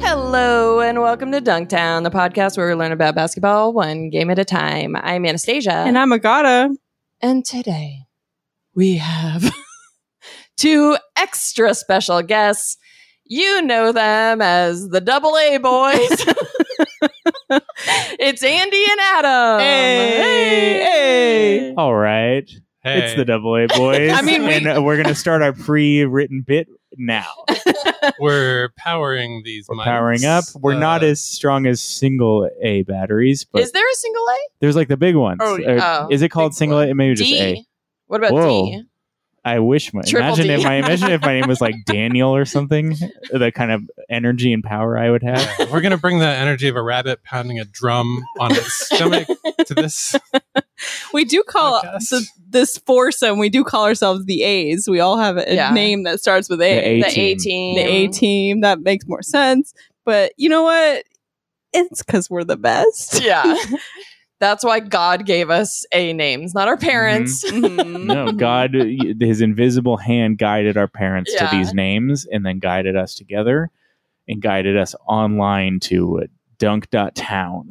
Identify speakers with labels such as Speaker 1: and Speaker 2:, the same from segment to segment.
Speaker 1: Hello and welcome to Dunktown, the podcast where we learn about basketball one game at a time. I'm Anastasia.
Speaker 2: And I'm Agata.
Speaker 1: And today we have two extra special guests. You know them as the double A boys. it's Andy and Adam.
Speaker 2: Hey, hey.
Speaker 3: All right. It's the double A boys.
Speaker 2: I mean, we-
Speaker 3: and uh, we're going to start our pre written bit now.
Speaker 4: we're powering these.
Speaker 3: We're powering up.
Speaker 4: mics.
Speaker 3: We're not
Speaker 4: Uh,
Speaker 3: as strong as single A batteries, but
Speaker 1: Is there a single A?
Speaker 3: there's like the big ones.
Speaker 2: Oh,
Speaker 3: Or
Speaker 1: oh,
Speaker 3: is it called
Speaker 4: big
Speaker 3: single A? Maybe
Speaker 1: D.
Speaker 3: just A.
Speaker 1: What about
Speaker 3: Whoa.
Speaker 1: D?
Speaker 3: I wish my
Speaker 1: Triple
Speaker 3: imagine
Speaker 1: D.
Speaker 3: if my imagine if my name was like Daniel or something, the kind of energy and power I would have.
Speaker 4: yeah, we're gonna bring the energy of a rabbit pounding a drum on its stomach to this.
Speaker 2: We do call
Speaker 4: Podcast.
Speaker 2: the, this foursome, we do call ourselves the A's. We all have a
Speaker 1: Yeah.
Speaker 2: name that starts with A.
Speaker 3: A
Speaker 1: The A
Speaker 3: team.
Speaker 1: team.
Speaker 2: The A team. That makes more sense. But you know what? It's because we're the best.
Speaker 1: Yeah. That's why God gave us A names, not
Speaker 3: Mm-hmm.
Speaker 1: our parents. Mm-hmm.
Speaker 3: No, God, y- His invisible hand guided our parents
Speaker 1: Yeah.
Speaker 3: to these names, and then guided us together, and guided us online to uh, dunk.town.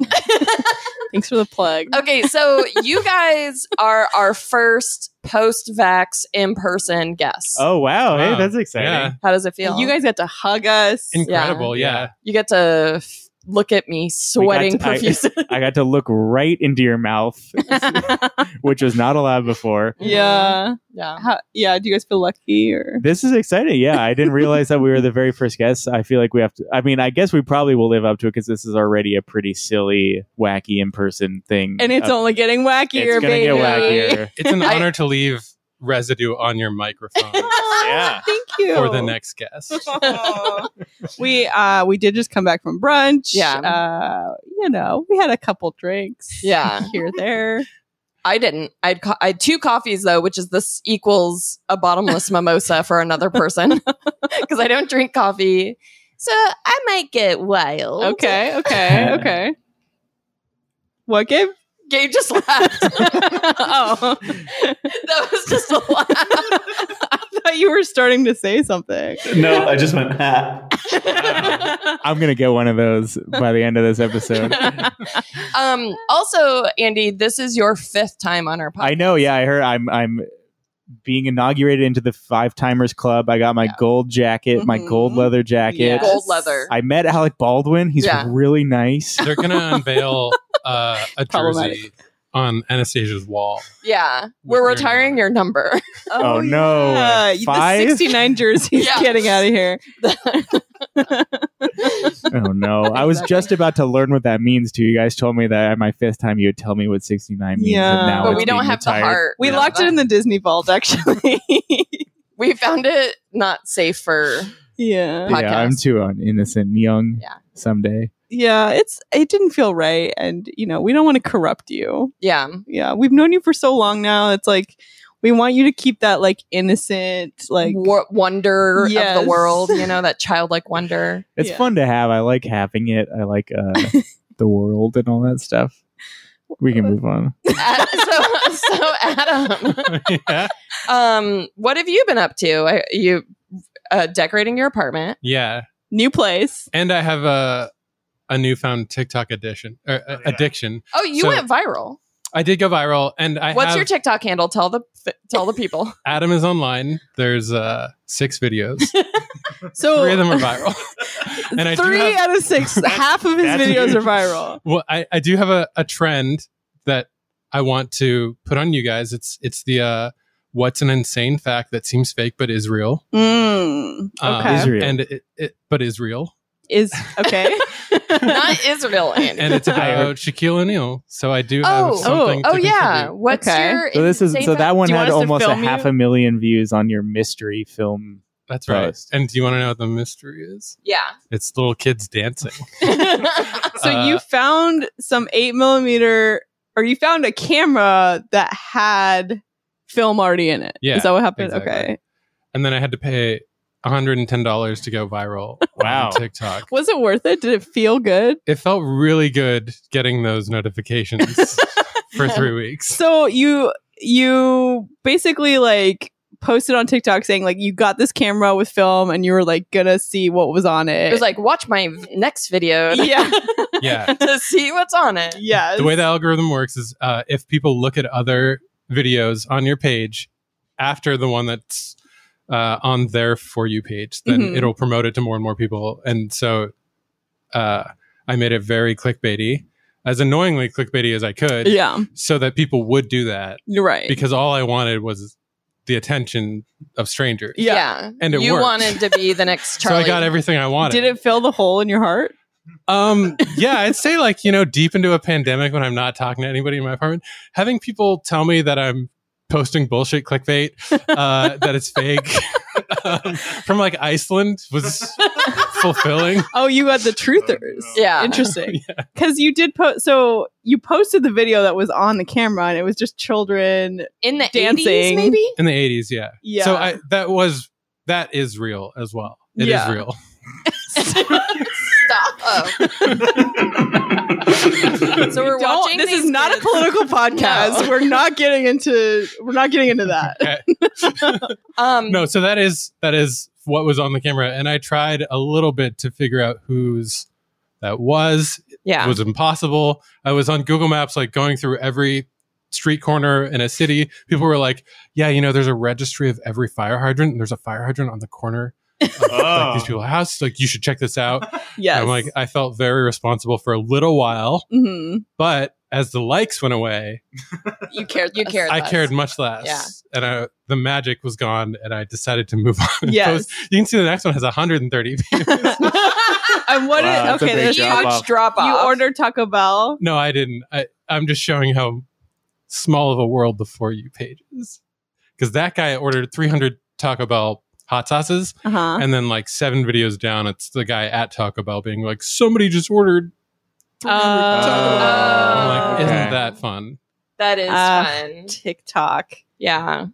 Speaker 2: Thanks for the plug.
Speaker 1: Okay, so you guys are our first post vax in person guests.
Speaker 3: Oh wow! Hey,
Speaker 4: Wow.
Speaker 3: that's exciting.
Speaker 4: Yeah.
Speaker 1: How does it feel?
Speaker 2: You guys got to hug us.
Speaker 4: Incredible, yeah.
Speaker 1: you get to f- look at me sweating
Speaker 3: to- I-
Speaker 1: profusely.
Speaker 3: I got to look right into your mouth, which was not allowed before.
Speaker 2: yeah.
Speaker 1: yeah.
Speaker 2: How, yeah. Do you guys feel lucky or?
Speaker 3: This is exciting. Yeah, I didn't realize that we were the very first guests. I feel like we have to. I mean, I guess we probably will live up to it because this is already a pretty silly, wacky in person thing.
Speaker 2: And it's
Speaker 3: Uh,
Speaker 2: only getting wackier,
Speaker 3: it's gonna
Speaker 2: baby.
Speaker 3: get wackier.
Speaker 4: It's an
Speaker 1: I-
Speaker 4: honor to leave residue on your microphone
Speaker 3: Yeah.
Speaker 2: Thank you.
Speaker 4: for the next guest.
Speaker 2: we uh we did just come back from brunch.
Speaker 1: Yeah.
Speaker 2: Uh you know, we had a couple drinks.
Speaker 1: Yeah.
Speaker 2: Here there.
Speaker 1: I didn't. I'd co- I had two coffees though, which is this equals a bottomless mimosa for another person because I don't drink coffee. So I might get wild.
Speaker 2: Okay, okay, okay. What Gabe?
Speaker 1: Gabe just laughed. oh, that was just a laugh.
Speaker 2: I thought you were starting to say something.
Speaker 5: No, I just went. Ha.
Speaker 3: I'm gonna get one of those by the end of this episode.
Speaker 1: um. Also, Andy, this is your fifth time on our podcast.
Speaker 3: I know. Yeah, I heard. I'm I'm being inaugurated into the Five Timers Club. I got my gold jacket, my gold
Speaker 2: Mhm.
Speaker 3: leather jacket.
Speaker 2: Yes.
Speaker 1: Gold leather.
Speaker 3: I met Alec Baldwin. He's
Speaker 1: Yeah.
Speaker 3: really nice.
Speaker 4: They're gonna unveil uh, a jersey
Speaker 2: Problematic.
Speaker 4: on Anastasia's wall.
Speaker 1: yeah,
Speaker 4: With
Speaker 1: we're
Speaker 4: your
Speaker 1: retiring
Speaker 4: number.
Speaker 1: your number.
Speaker 3: Oh, no.
Speaker 2: yeah. You-
Speaker 3: Five?
Speaker 2: The 69 jersey's
Speaker 1: Yeah.
Speaker 2: getting out of here.
Speaker 3: oh no! I was
Speaker 1: Exactly.
Speaker 3: just about to learn what that means too. You guys told me that at my fifth time you would tell me what sixty nine means.
Speaker 2: Yeah.
Speaker 3: and now
Speaker 1: but
Speaker 3: it's
Speaker 1: we don't
Speaker 3: being
Speaker 1: have
Speaker 3: retired.
Speaker 1: the heart.
Speaker 2: We locked it in the Disney vault actually.
Speaker 1: We found it not safe for.
Speaker 2: yeah.
Speaker 1: podcast.
Speaker 3: Yeah, I'm too un- innocent, and young.
Speaker 1: Yeah.
Speaker 3: Someday.
Speaker 2: Yeah, it's it didn't feel right and you know, we don't want to corrupt you.
Speaker 1: Yeah,
Speaker 2: yeah we've known you for so long now it's like we want you to keep that like innocent like
Speaker 1: Wo- wonder of
Speaker 2: Yes.
Speaker 1: the world. You know that childlike wonder.
Speaker 3: It's
Speaker 2: Yeah.
Speaker 3: fun to have. I like having it. I like uh, the world and all that stuff. We can move on.
Speaker 1: Ad- so, so Adam,
Speaker 4: yeah,
Speaker 1: um, what have you been up to? I, you uh, decorating your apartment?
Speaker 4: yeah.
Speaker 2: new place
Speaker 4: And I have a a newfound TikTok addiction. Or, uh,
Speaker 3: yeah.
Speaker 4: Addiction.
Speaker 1: Oh, you
Speaker 4: So-
Speaker 1: went viral.
Speaker 4: I did go viral, and I
Speaker 1: What's
Speaker 4: have
Speaker 1: your TikTok handle? Tell the tell the people.
Speaker 4: Adam is online. There's uh, six videos.
Speaker 2: so
Speaker 4: Three of them are viral. and I do
Speaker 2: three
Speaker 4: have-
Speaker 2: out of six half of his
Speaker 3: That's
Speaker 2: videos
Speaker 3: huge.
Speaker 2: are viral
Speaker 4: Well, I, I do have a, a trend that I want to put on you guys. It's it's the uh, what's an insane fact that seems fake but is real.
Speaker 2: mm,
Speaker 4: Um,
Speaker 2: okay
Speaker 3: Israel.
Speaker 4: And it, it but is real.
Speaker 2: is okay
Speaker 1: Not Israel, Andy.
Speaker 4: And it's about Shaquille O'Neal. So I do have
Speaker 1: Oh.
Speaker 4: something.
Speaker 1: oh
Speaker 4: to
Speaker 1: yeah.
Speaker 4: contribute.
Speaker 1: What's
Speaker 2: Okay.
Speaker 1: your?
Speaker 3: So this is
Speaker 1: insane
Speaker 3: so
Speaker 1: fact?
Speaker 3: that one
Speaker 2: Do you
Speaker 3: had
Speaker 2: want us to
Speaker 3: almost a
Speaker 2: film
Speaker 3: half
Speaker 2: you?
Speaker 3: a million views on your mystery film.
Speaker 4: that's right.
Speaker 3: Post.
Speaker 4: And do you want to know what the mystery is?
Speaker 1: Yeah.
Speaker 4: It's little kids dancing.
Speaker 2: so
Speaker 4: Uh,
Speaker 2: you found some eight millimeter or you found a camera that had film already in it
Speaker 4: Yeah,
Speaker 2: is that what happened
Speaker 4: exactly.
Speaker 2: okay
Speaker 4: and then I had to pay $110 to go viral
Speaker 3: Wow.
Speaker 4: on TikTok.
Speaker 2: was it worth it did it feel good
Speaker 4: It felt really good getting those notifications for three weeks.
Speaker 2: So you you basically like posted on TikTok saying like you got this camera with film and you were like gonna see what was on it.
Speaker 1: It was like, watch my v- next video to-
Speaker 2: yeah,
Speaker 4: Yeah.
Speaker 1: to see what's on it.
Speaker 2: yeah.
Speaker 4: The way the algorithm works is uh, if people look at other videos on your page after the one that's uh, on their For You page, then
Speaker 1: Mm-hmm.
Speaker 2: Mhm.
Speaker 4: it'll promote it to more and more people. And so uh, I made it very clickbaity, as annoyingly clickbaity as I could,
Speaker 2: yeah,
Speaker 4: so that people would do that
Speaker 2: you're
Speaker 1: Eh.
Speaker 2: right.
Speaker 4: because all I wanted was the attention of strangers.
Speaker 2: Yeah.
Speaker 4: And it
Speaker 1: you
Speaker 4: worked.
Speaker 1: wanted to be the next Charlie.
Speaker 4: So I got everything I wanted.
Speaker 2: Did it fill the hole in your heart?
Speaker 4: Um, yeah, I'd say like, you know, deep into a pandemic when I'm not talking to anybody in my apartment, having people tell me that I'm posting bullshit clickbait, uh, that it's fake um, from like Iceland was fulfilling.
Speaker 2: Oh, you got the truthers.
Speaker 1: Yeah.
Speaker 2: Interesting. Because you did post, so you posted the video that was on the camera and it was just children.
Speaker 1: in the
Speaker 2: dancing.
Speaker 1: 80s, maybe.
Speaker 4: In the 80s, yeah.
Speaker 2: Yeah.
Speaker 4: So I, that was, that is real as well. It is
Speaker 2: Yeah.
Speaker 4: real.
Speaker 1: Stop. Oh. So we're
Speaker 2: Don't-
Speaker 1: watching.
Speaker 2: This
Speaker 1: these
Speaker 2: is not a
Speaker 1: kids.
Speaker 2: political podcast.
Speaker 1: No.
Speaker 2: We're not getting into. We're not getting into that.
Speaker 4: Okay.
Speaker 1: Um,
Speaker 4: No, so that is, that is what was on the camera. And I tried a little bit to figure out whose that was.
Speaker 1: Yeah.
Speaker 4: was impossible. I was on Google Maps, like going through every street corner in a city. People were like, "Yeah, you know, there's a registry of every fire hydrant, and there's a fire hydrant on the corner like these people's house. Like, you should check this out."
Speaker 2: Yes.
Speaker 4: And I'm like, I felt very responsible for a little while,
Speaker 2: Mhm.
Speaker 4: but as the likes went away,
Speaker 1: you cared. You cared.
Speaker 4: I
Speaker 1: less.
Speaker 4: cared much less,
Speaker 1: Yeah.
Speaker 4: and I, the magic was gone, and I decided to move on. and
Speaker 2: Yes.
Speaker 4: post. you can see the next one has 130.
Speaker 2: and what?
Speaker 3: Wow,
Speaker 2: it,
Speaker 3: that's a
Speaker 2: okay.
Speaker 3: big
Speaker 2: There's
Speaker 1: Huge drop
Speaker 3: drop
Speaker 1: off.
Speaker 3: off.
Speaker 2: You ordered Taco Bell.
Speaker 4: no, I didn't. I, I'm just showing how small of a world the For You page is. Because that guy ordered 300 Taco Bell hot sauces,
Speaker 2: Uh huh.
Speaker 4: and then like seven videos down, it's the guy at Taco Bell being like, somebody just ordered 300 Taco Bell. I'm like,
Speaker 1: Oh,
Speaker 4: isn't
Speaker 3: okay.
Speaker 4: that fun?
Speaker 1: That is
Speaker 2: Uh,
Speaker 1: fun.
Speaker 2: TikTok.
Speaker 1: Yeah.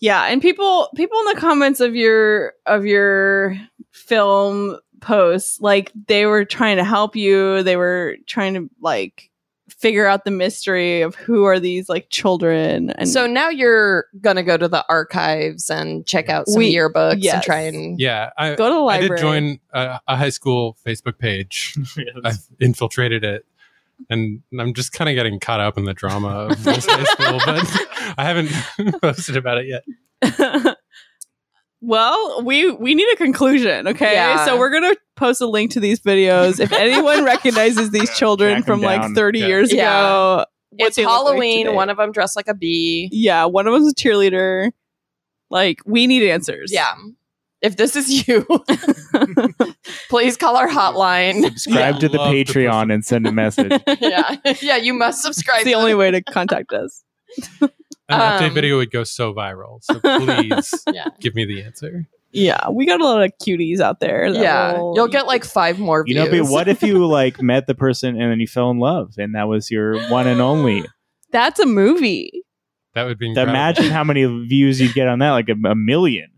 Speaker 2: Yeah, and people people in the comments of your of your film posts, like they were trying to help you. They were trying to like figure out the mystery of who are these like children and
Speaker 1: so now you're gonna go to the archives and check out some
Speaker 2: We-
Speaker 1: yearbooks and
Speaker 2: yes.
Speaker 1: try and
Speaker 4: Yeah. I,
Speaker 2: go to the
Speaker 4: I
Speaker 2: library.
Speaker 4: did join a, a high school Facebook page. I've infiltrated it. And I'm just kind of getting caught up in the drama of this high school, but I haven't posted about it yet.
Speaker 2: well, we we need a conclusion, okay?
Speaker 1: Yeah.
Speaker 2: So we're gonna post a link to these videos. If anyone recognizes these
Speaker 3: Yeah,
Speaker 2: children
Speaker 3: track 'em
Speaker 2: from like
Speaker 3: down.
Speaker 2: 30
Speaker 4: Yeah.
Speaker 2: years
Speaker 1: Yeah.
Speaker 2: ago, what
Speaker 1: it's
Speaker 2: they look like
Speaker 1: Halloween.
Speaker 2: today.
Speaker 1: one of them dressed like a bee.
Speaker 2: yeah, one of them's a cheerleader. Like we need answers.
Speaker 1: Yeah. If this is you, please call our hotline.
Speaker 3: Subscribe
Speaker 4: Yeah.
Speaker 3: to the
Speaker 4: Love to
Speaker 3: Patreon and send a message.
Speaker 1: yeah. Yeah. You must subscribe.
Speaker 2: It's the only way to contact us.
Speaker 4: An
Speaker 1: Um,
Speaker 4: update video would go so viral. So please
Speaker 1: Yeah.
Speaker 4: give me the answer.
Speaker 2: Yeah, we got a lot of cuties out there. that
Speaker 1: yeah.
Speaker 2: will-
Speaker 1: You'll get like five more
Speaker 3: You
Speaker 1: views.
Speaker 3: know, but what if you like met the person and then you fell in love and that was your one and only?
Speaker 2: That's a movie.
Speaker 4: That would be incredible.
Speaker 3: Imagine how many views you'd get on that, like a, a million,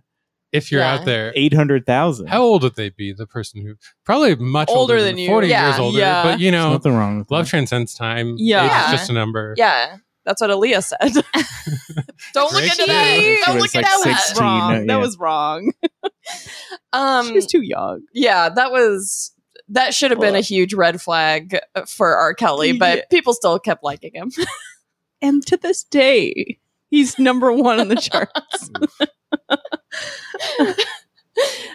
Speaker 4: if you're
Speaker 1: Yeah.
Speaker 4: out there.
Speaker 3: eight hundred thousand.
Speaker 4: How old would they be? The person who probably much
Speaker 2: Older
Speaker 4: older,
Speaker 2: than you.
Speaker 4: forty
Speaker 1: Yeah,
Speaker 4: years older.
Speaker 2: yeah.
Speaker 4: But you know,
Speaker 3: nothing wrong with
Speaker 4: love
Speaker 3: that.
Speaker 4: transcends time.
Speaker 2: Yeah.
Speaker 4: Age
Speaker 1: Yeah.
Speaker 4: is just a number.
Speaker 1: Yeah. That's what Aaliyah said. Don't look
Speaker 4: Drake
Speaker 1: into
Speaker 4: said
Speaker 1: that.
Speaker 3: she
Speaker 1: Don't
Speaker 3: was,
Speaker 1: look at that.
Speaker 3: like,
Speaker 2: That
Speaker 1: one.
Speaker 3: 16,
Speaker 2: wrong.
Speaker 3: uh, yeah.
Speaker 2: That was wrong.
Speaker 1: Um,
Speaker 2: she was too young.
Speaker 1: yeah, that was that should have been a huge red flag for R. Kelly, but
Speaker 2: Yeah.
Speaker 1: people still kept liking him.
Speaker 2: And to this day, he's number one on the charts.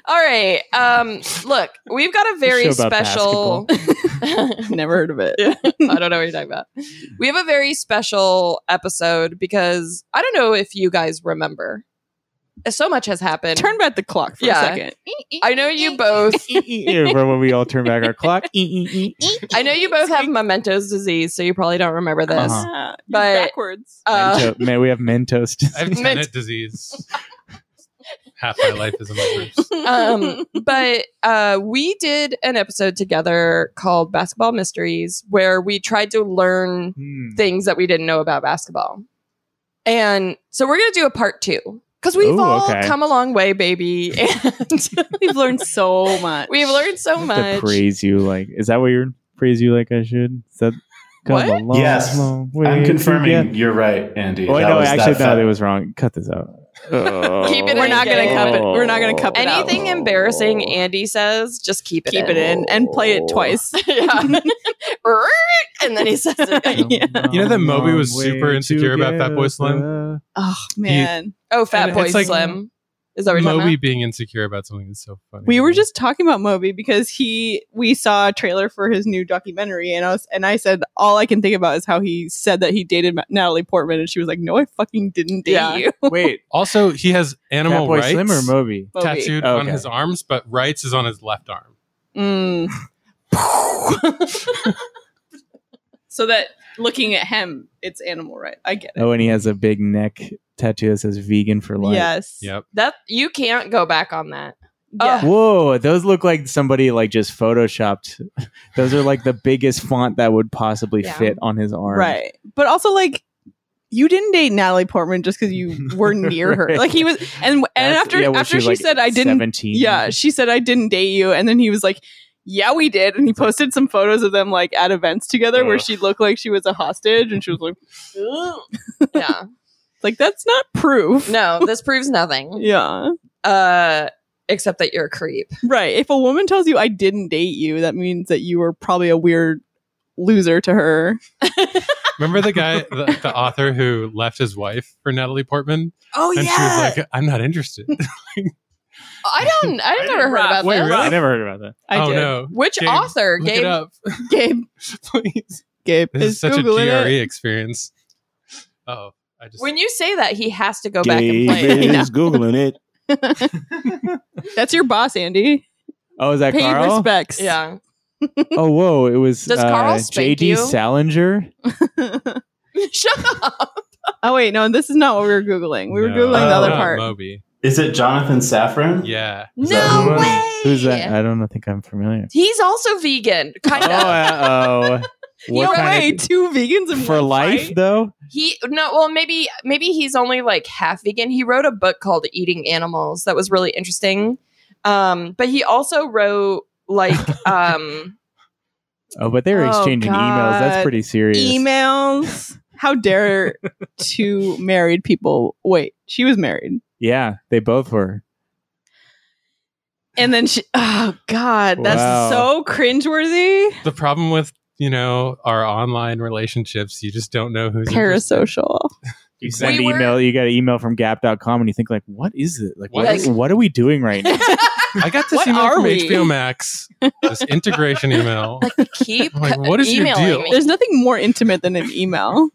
Speaker 1: All right. Um, look, we've got a very
Speaker 3: show about
Speaker 1: special.
Speaker 2: Never heard of it.
Speaker 1: Yeah. I don't know what you're talking about. We have a very special episode because I don't know if you guys remember. So much has happened.
Speaker 2: Turn back the clock for
Speaker 1: Yeah.
Speaker 2: a second.
Speaker 1: I know you both.
Speaker 3: Yeah, when we all turn back our clock.
Speaker 1: I know you both have mementos disease, so you probably don't remember this.
Speaker 3: Uh-huh.
Speaker 2: Yeah, you're
Speaker 1: But-
Speaker 2: backwards.
Speaker 1: Uh,
Speaker 3: Mento- man, we have Mentos.
Speaker 4: I have
Speaker 1: Mint.
Speaker 4: tenant disease. Half my life is in my roots.
Speaker 1: um, but uh, we did an episode together called Basketball Mysteries where we tried to learn
Speaker 3: Hmm.
Speaker 1: things that we didn't know about basketball. And so we're going to do a part two because we've
Speaker 3: Ooh,
Speaker 1: all
Speaker 3: okay.
Speaker 1: come a long way, baby. And
Speaker 2: We've learned so much.
Speaker 1: we've learned so
Speaker 3: To
Speaker 1: much.
Speaker 3: praise you, like is that what you're praise you like I should? Is that come
Speaker 1: What?
Speaker 3: a long,
Speaker 5: Yes.
Speaker 3: long way
Speaker 5: I'm
Speaker 3: to
Speaker 5: confirming
Speaker 3: get-
Speaker 5: you're right, Andy.
Speaker 3: Oh, wait,
Speaker 5: That
Speaker 3: no,
Speaker 5: was that
Speaker 3: actually, no,
Speaker 5: fat-
Speaker 3: that was wrong. Cut this out.
Speaker 1: Keep it
Speaker 2: We're
Speaker 1: in
Speaker 2: not gonna
Speaker 1: game.
Speaker 2: cup it. We're not gonna cup it. out.
Speaker 1: Oh. Anything embarrassing Andy says, just Oh. keep it
Speaker 2: keep
Speaker 1: in.
Speaker 2: it in and play it twice.
Speaker 1: yeah. and then he says it again.
Speaker 4: You know that Moby was super insecure about Fat Boy Slim?
Speaker 2: Oh man,
Speaker 1: Oh, Fat
Speaker 4: And
Speaker 1: Boy
Speaker 4: it's like-
Speaker 1: Slim. Is that what you're talking
Speaker 4: Moby
Speaker 1: about?
Speaker 4: being insecure about something is so funny.
Speaker 2: we were just talking about Moby because he we saw a trailer for his new documentary, and I was and I said all I can think about is how he said that he dated Ma- Natalie Portman, and she was like, "No, I fucking didn't date
Speaker 1: Yeah.
Speaker 2: you."
Speaker 3: Wait,
Speaker 4: also he has
Speaker 3: Fat
Speaker 4: animal
Speaker 3: Boy
Speaker 4: rights
Speaker 3: Slim or Moby?
Speaker 2: Moby.
Speaker 4: tattooed on
Speaker 3: Okay.
Speaker 4: his arms, but rights is on his left arm.
Speaker 2: Mm. so that looking at him, it's animal right. I get it.
Speaker 3: Oh, and he has a big neck tattoo that says "Vegan for life."
Speaker 2: yes.
Speaker 4: Yep.
Speaker 1: That you can't go back on that.
Speaker 2: Yeah.
Speaker 3: Whoa, those look like somebody like just photoshopped. Those are like the biggest font that would possibly
Speaker 1: Yeah.
Speaker 3: fit on his arm.
Speaker 2: Right. But also like you didn't date Natalie Portman just because you were near her.
Speaker 3: Right.
Speaker 2: Like he was and and
Speaker 3: That's-
Speaker 2: after
Speaker 3: yeah, well,
Speaker 2: after
Speaker 3: she's,
Speaker 2: she
Speaker 3: like,
Speaker 2: said I didn't
Speaker 3: 17.
Speaker 2: Yeah, she said I didn't date you and then he was like yeah, we did. And he posted some photos of them like at events together where
Speaker 4: Ugh.
Speaker 2: she looked like she was a hostage and she was like,
Speaker 1: yeah.
Speaker 2: like that's not proof.
Speaker 1: No, this proves nothing.
Speaker 2: Yeah.
Speaker 1: Uh except that you're a creep.
Speaker 2: Right. If a woman tells you I didn't date you, that means that you were probably a weird loser to her.
Speaker 4: Remember the guy, the, the author who left his wife for Natalie Portman,
Speaker 1: Oh
Speaker 4: and she was like, "I'm not interested."
Speaker 1: I don't I
Speaker 3: I
Speaker 1: never
Speaker 3: didn't-
Speaker 1: heard about
Speaker 4: Wait,
Speaker 1: this.
Speaker 4: really?
Speaker 3: I never heard about that.
Speaker 2: I
Speaker 4: oh
Speaker 2: did.
Speaker 4: no,
Speaker 1: Which
Speaker 4: Gabe,
Speaker 1: author
Speaker 4: look it
Speaker 1: Gabe
Speaker 4: up,
Speaker 2: Gabe
Speaker 4: please.
Speaker 2: Gabe
Speaker 4: This is
Speaker 2: is
Speaker 4: such a E.
Speaker 2: Googling it.
Speaker 4: GRE experience. Oh, I just
Speaker 1: when you say that he has to go back and
Speaker 6: Gabe
Speaker 1: play.
Speaker 6: is googling it.
Speaker 2: That's your boss, Andy.
Speaker 3: Oh, is that
Speaker 2: Paid
Speaker 3: Carl?
Speaker 2: respects.
Speaker 1: yeah.
Speaker 3: Oh, whoa! It was
Speaker 1: Does
Speaker 3: uh,
Speaker 1: Carl spank
Speaker 3: J.D.
Speaker 1: you?
Speaker 3: Salinger.
Speaker 2: oh
Speaker 1: Shut up.
Speaker 2: wait, no, this is not what we were googling. We were
Speaker 4: No,
Speaker 2: googling the
Speaker 4: not
Speaker 2: other
Speaker 5: Oh.
Speaker 2: part.
Speaker 4: Moby.
Speaker 5: Is it Jonathan Safran?
Speaker 4: Yeah,
Speaker 5: Is that who
Speaker 1: No
Speaker 5: it
Speaker 1: way.
Speaker 3: Who's that? I don't think I'm familiar.
Speaker 1: He's also vegan, kind
Speaker 3: Oh,
Speaker 1: of.
Speaker 3: uh oh.
Speaker 2: No way, two vegans in
Speaker 3: for
Speaker 2: one
Speaker 3: life
Speaker 2: fight?
Speaker 3: though?
Speaker 1: He no, well maybe maybe he's only like half vegan. He wrote a book called Eating Animals that was really interesting. Um, but he also wrote like um
Speaker 3: Oh, but they were
Speaker 2: Oh,
Speaker 3: exchanging emails.
Speaker 2: God.
Speaker 3: That's pretty serious.
Speaker 2: Emails. How dare two married people? Wait, she was married,
Speaker 3: Yeah, they both were.
Speaker 2: and then she. Oh God, that's
Speaker 3: Wow.
Speaker 2: so cringeworthy.
Speaker 4: the problem with you know our online relationships, you just don't know who's interested.
Speaker 2: Parasocial.
Speaker 3: You send
Speaker 1: We were-
Speaker 3: email, you got an email from gap.com and you think like, what is it? Like what,
Speaker 4: Like-
Speaker 3: is- what are we doing right now?
Speaker 4: I got this
Speaker 2: What
Speaker 4: email
Speaker 2: are
Speaker 4: from
Speaker 2: we?
Speaker 4: HBO Max, this integration email.
Speaker 1: keep
Speaker 4: I'm like, what is your
Speaker 1: emailing
Speaker 4: deal?
Speaker 1: me.
Speaker 2: There's nothing more intimate than an email.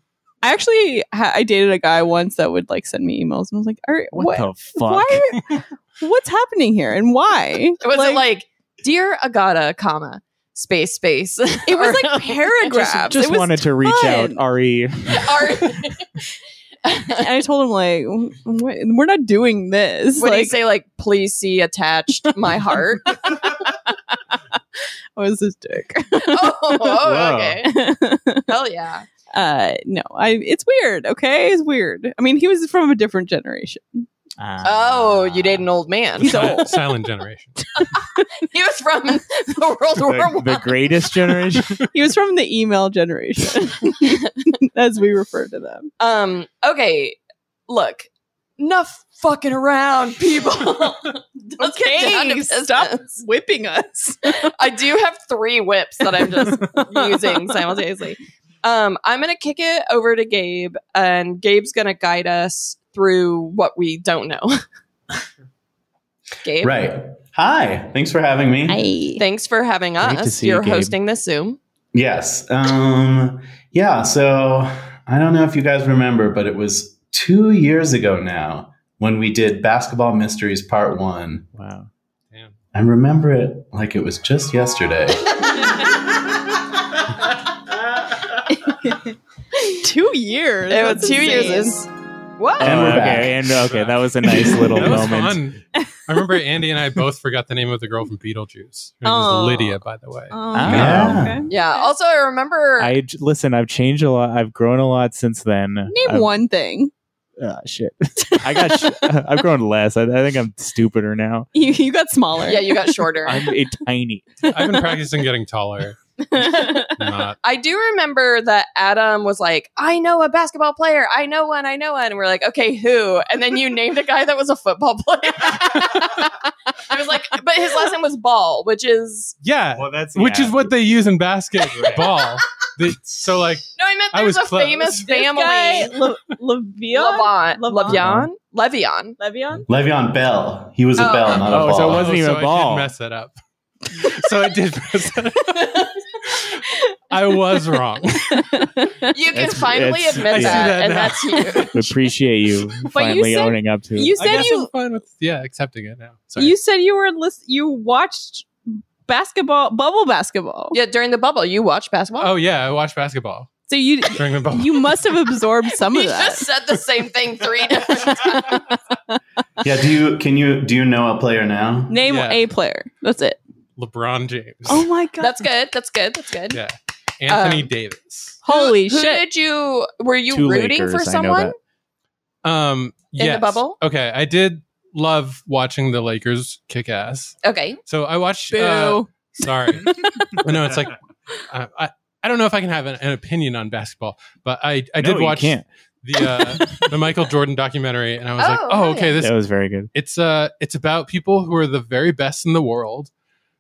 Speaker 2: I actually ha- I dated a guy once that would like send me emails, and I was like, "All right,
Speaker 3: What,
Speaker 2: what?
Speaker 3: the fuck?
Speaker 2: Why? What's happening here, and why?
Speaker 1: was it like dear Agata, comma, space space.
Speaker 2: It was
Speaker 1: Or-
Speaker 2: like paragraphs.
Speaker 3: Just
Speaker 2: it was,
Speaker 3: wanted to reach
Speaker 2: fun.
Speaker 3: out, RE.
Speaker 1: or
Speaker 2: and I told him like, "Wait, we're not doing this.
Speaker 1: when you
Speaker 2: like,
Speaker 1: say like please see attached my heart.
Speaker 2: I was this dick.
Speaker 1: oh,
Speaker 3: Wow.
Speaker 1: oh okay. Hell yeah.
Speaker 2: uh, no, I. It's weird. Okay, it's weird. I mean, he was from a different generation.
Speaker 1: Oh, you date an old man.
Speaker 2: Ah. He's
Speaker 1: So
Speaker 4: Si-
Speaker 2: old.
Speaker 4: Silent generation.
Speaker 1: he was from the World
Speaker 3: the,
Speaker 1: War
Speaker 3: the
Speaker 1: One.
Speaker 3: greatest generation.
Speaker 2: He was from the email generation, as we refer to them.
Speaker 1: Um, okay, look, enough fucking around, people. Let's get down to business.
Speaker 2: whipping us.
Speaker 1: I do have three whips that I'm just using simultaneously. Um, I'm gonna kick it over to Gabe, and Gabe's gonna guide us through what we don't know. Gabe,
Speaker 5: Right. Hi. Thanks for having me.
Speaker 1: thanks for having
Speaker 3: Great to
Speaker 1: us.
Speaker 3: see you,
Speaker 1: You're
Speaker 3: Gabe.
Speaker 1: hosting this Zoom.
Speaker 5: Yes. Um, yeah. So I don't know if you guys remember, but it was two years ago now when we did Basketball Mysteries Part One.
Speaker 3: Wow.
Speaker 4: Damn.
Speaker 5: I remember it like it was just yesterday.
Speaker 2: two years.
Speaker 1: It
Speaker 2: That's
Speaker 1: was two years.
Speaker 2: insane.
Speaker 1: is- What?
Speaker 5: And
Speaker 3: Oh,
Speaker 5: we're
Speaker 3: okay,
Speaker 5: back.
Speaker 3: and okay, that was a nice little
Speaker 4: that was
Speaker 3: moment.
Speaker 4: fun. I remember Andy and I both forgot the name of the girl from Beetlejuice. Her name
Speaker 2: Oh.
Speaker 4: was Lydia, by the way.
Speaker 2: Oh,
Speaker 4: Ah.
Speaker 3: Yeah.
Speaker 2: okay.
Speaker 1: Yeah. Also, I remember.
Speaker 3: I j- listen. I've changed a lot. I've grown a lot since then.
Speaker 2: Name
Speaker 4: Um,
Speaker 3: I've,
Speaker 2: one thing.
Speaker 3: Ah, shit. I got. Sh- I've grown less. I, I think I'm stupider now.
Speaker 2: You, you got smaller.
Speaker 1: yeah, you got shorter.
Speaker 3: I'm a tiny.
Speaker 4: I've been practicing getting taller. Not.
Speaker 1: I do remember that Adam was like, I know a basketball player. I know one. I know one. And we're like, okay, who? And then you named a guy that was a football player. I was like, but his last name was Ball, which is,
Speaker 4: Yeah.
Speaker 3: Well, that's
Speaker 4: Which is what they use in basketball. They- so like
Speaker 1: no, I meant
Speaker 4: I
Speaker 1: there's
Speaker 4: was
Speaker 1: a
Speaker 4: close.
Speaker 1: famous
Speaker 4: This
Speaker 1: family.
Speaker 2: Le- Levion?
Speaker 1: Levon.
Speaker 2: Levon?
Speaker 1: Levion? Levion.
Speaker 2: Levion?
Speaker 5: Le'Veon Bell. He was a
Speaker 1: Oh,
Speaker 5: bell,
Speaker 1: okay.
Speaker 5: not a
Speaker 3: Oh,
Speaker 5: ball.
Speaker 3: so it wasn't even
Speaker 4: so
Speaker 3: a
Speaker 4: I
Speaker 3: ball.
Speaker 4: did mess that up. so I did mess that up. I was wrong.
Speaker 1: You can
Speaker 3: It's-
Speaker 1: finally
Speaker 3: it's-
Speaker 1: admit
Speaker 3: I
Speaker 1: that,
Speaker 3: see
Speaker 4: that
Speaker 1: and
Speaker 4: now.
Speaker 1: that's huge.
Speaker 3: appreciate you finally
Speaker 2: said-
Speaker 3: owning up to. it.
Speaker 2: You
Speaker 4: I
Speaker 2: said
Speaker 4: guess
Speaker 2: you
Speaker 4: I'm fine with yeah accepting it now. Sorry.
Speaker 2: you said you were list- you watched basketball bubble basketball.
Speaker 1: Yeah, during the bubble, you watched basketball.
Speaker 4: oh yeah, I watched basketball
Speaker 2: So you
Speaker 4: during the bubble.
Speaker 2: you must have absorbed some
Speaker 1: You
Speaker 2: of that.
Speaker 1: just said the same thing three different times.
Speaker 5: yeah, do you can you do you know a player now?
Speaker 2: Name
Speaker 4: Yeah.
Speaker 2: a player. That's it.
Speaker 4: LeBron James.
Speaker 2: Oh my god.
Speaker 1: That's good. That's good. That's good.
Speaker 4: Yeah. Anthony
Speaker 1: Um,
Speaker 4: Davis.
Speaker 2: Holy
Speaker 1: Who
Speaker 2: shit.
Speaker 1: did you? Were you
Speaker 3: Two
Speaker 1: rooting
Speaker 3: Lakers,
Speaker 1: for
Speaker 3: I know
Speaker 1: someone?
Speaker 3: that.
Speaker 4: Um
Speaker 1: the
Speaker 4: yes.
Speaker 1: bubble?
Speaker 4: Okay, I did love watching the Lakers kick ass.
Speaker 1: Okay.
Speaker 4: So I watched
Speaker 2: Boo.
Speaker 4: uh, Sorry. I know it's like I, I I don't know if I can have an, an opinion on basketball, but I I
Speaker 3: No,
Speaker 4: did
Speaker 3: you
Speaker 4: watch
Speaker 3: can't.
Speaker 4: the uh, the Michael Jordan documentary and I was like,
Speaker 1: Oh,
Speaker 4: "Oh,
Speaker 1: hell
Speaker 4: okay,
Speaker 1: yeah.
Speaker 4: this
Speaker 3: That was very good.
Speaker 4: it's uh it's about people who are the very best in the world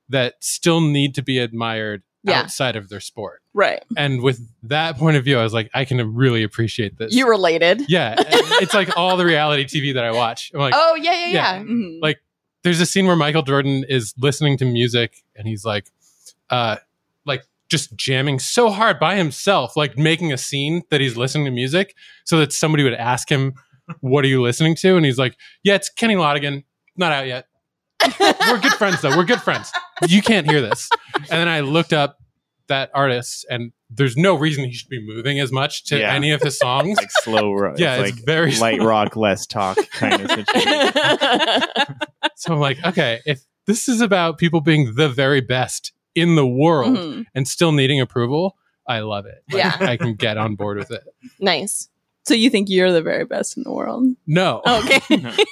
Speaker 4: that still need to be admired
Speaker 1: Yeah.
Speaker 4: outside of their sport."
Speaker 2: right.
Speaker 4: And with that point of view, I was like, "I can really appreciate this."
Speaker 1: You related.
Speaker 4: yeah, and it's like all the reality TV that I watch. I'm like,
Speaker 1: Oh yeah, yeah, yeah.
Speaker 4: Yeah.
Speaker 2: Mhm.
Speaker 4: there's a scene where Michael Jordan is listening to music and he's like, uh, like just jamming so hard by himself, like making a scene that he's listening to music so that somebody would ask him, What are you listening to? And he's like, Yeah, it's Kenny Lodigan. Not out yet. We're good friends though. We're good friends. You can't hear this. And then I looked up that artist and there's no reason he should be moving as much to
Speaker 3: Yeah.
Speaker 4: any of his songs.
Speaker 3: Like slow rock.
Speaker 4: yeah, it's,
Speaker 3: like
Speaker 4: very
Speaker 3: light rock, less talk kind of situation.
Speaker 4: So I'm like, okay, if this is about people being the very best in the world
Speaker 2: Mhm.
Speaker 4: and still needing approval, I love it. Like,
Speaker 1: Yeah.
Speaker 4: I can get on board with it.
Speaker 1: Nice.
Speaker 2: So you think you're the very best in the world?
Speaker 4: No,
Speaker 2: Okay.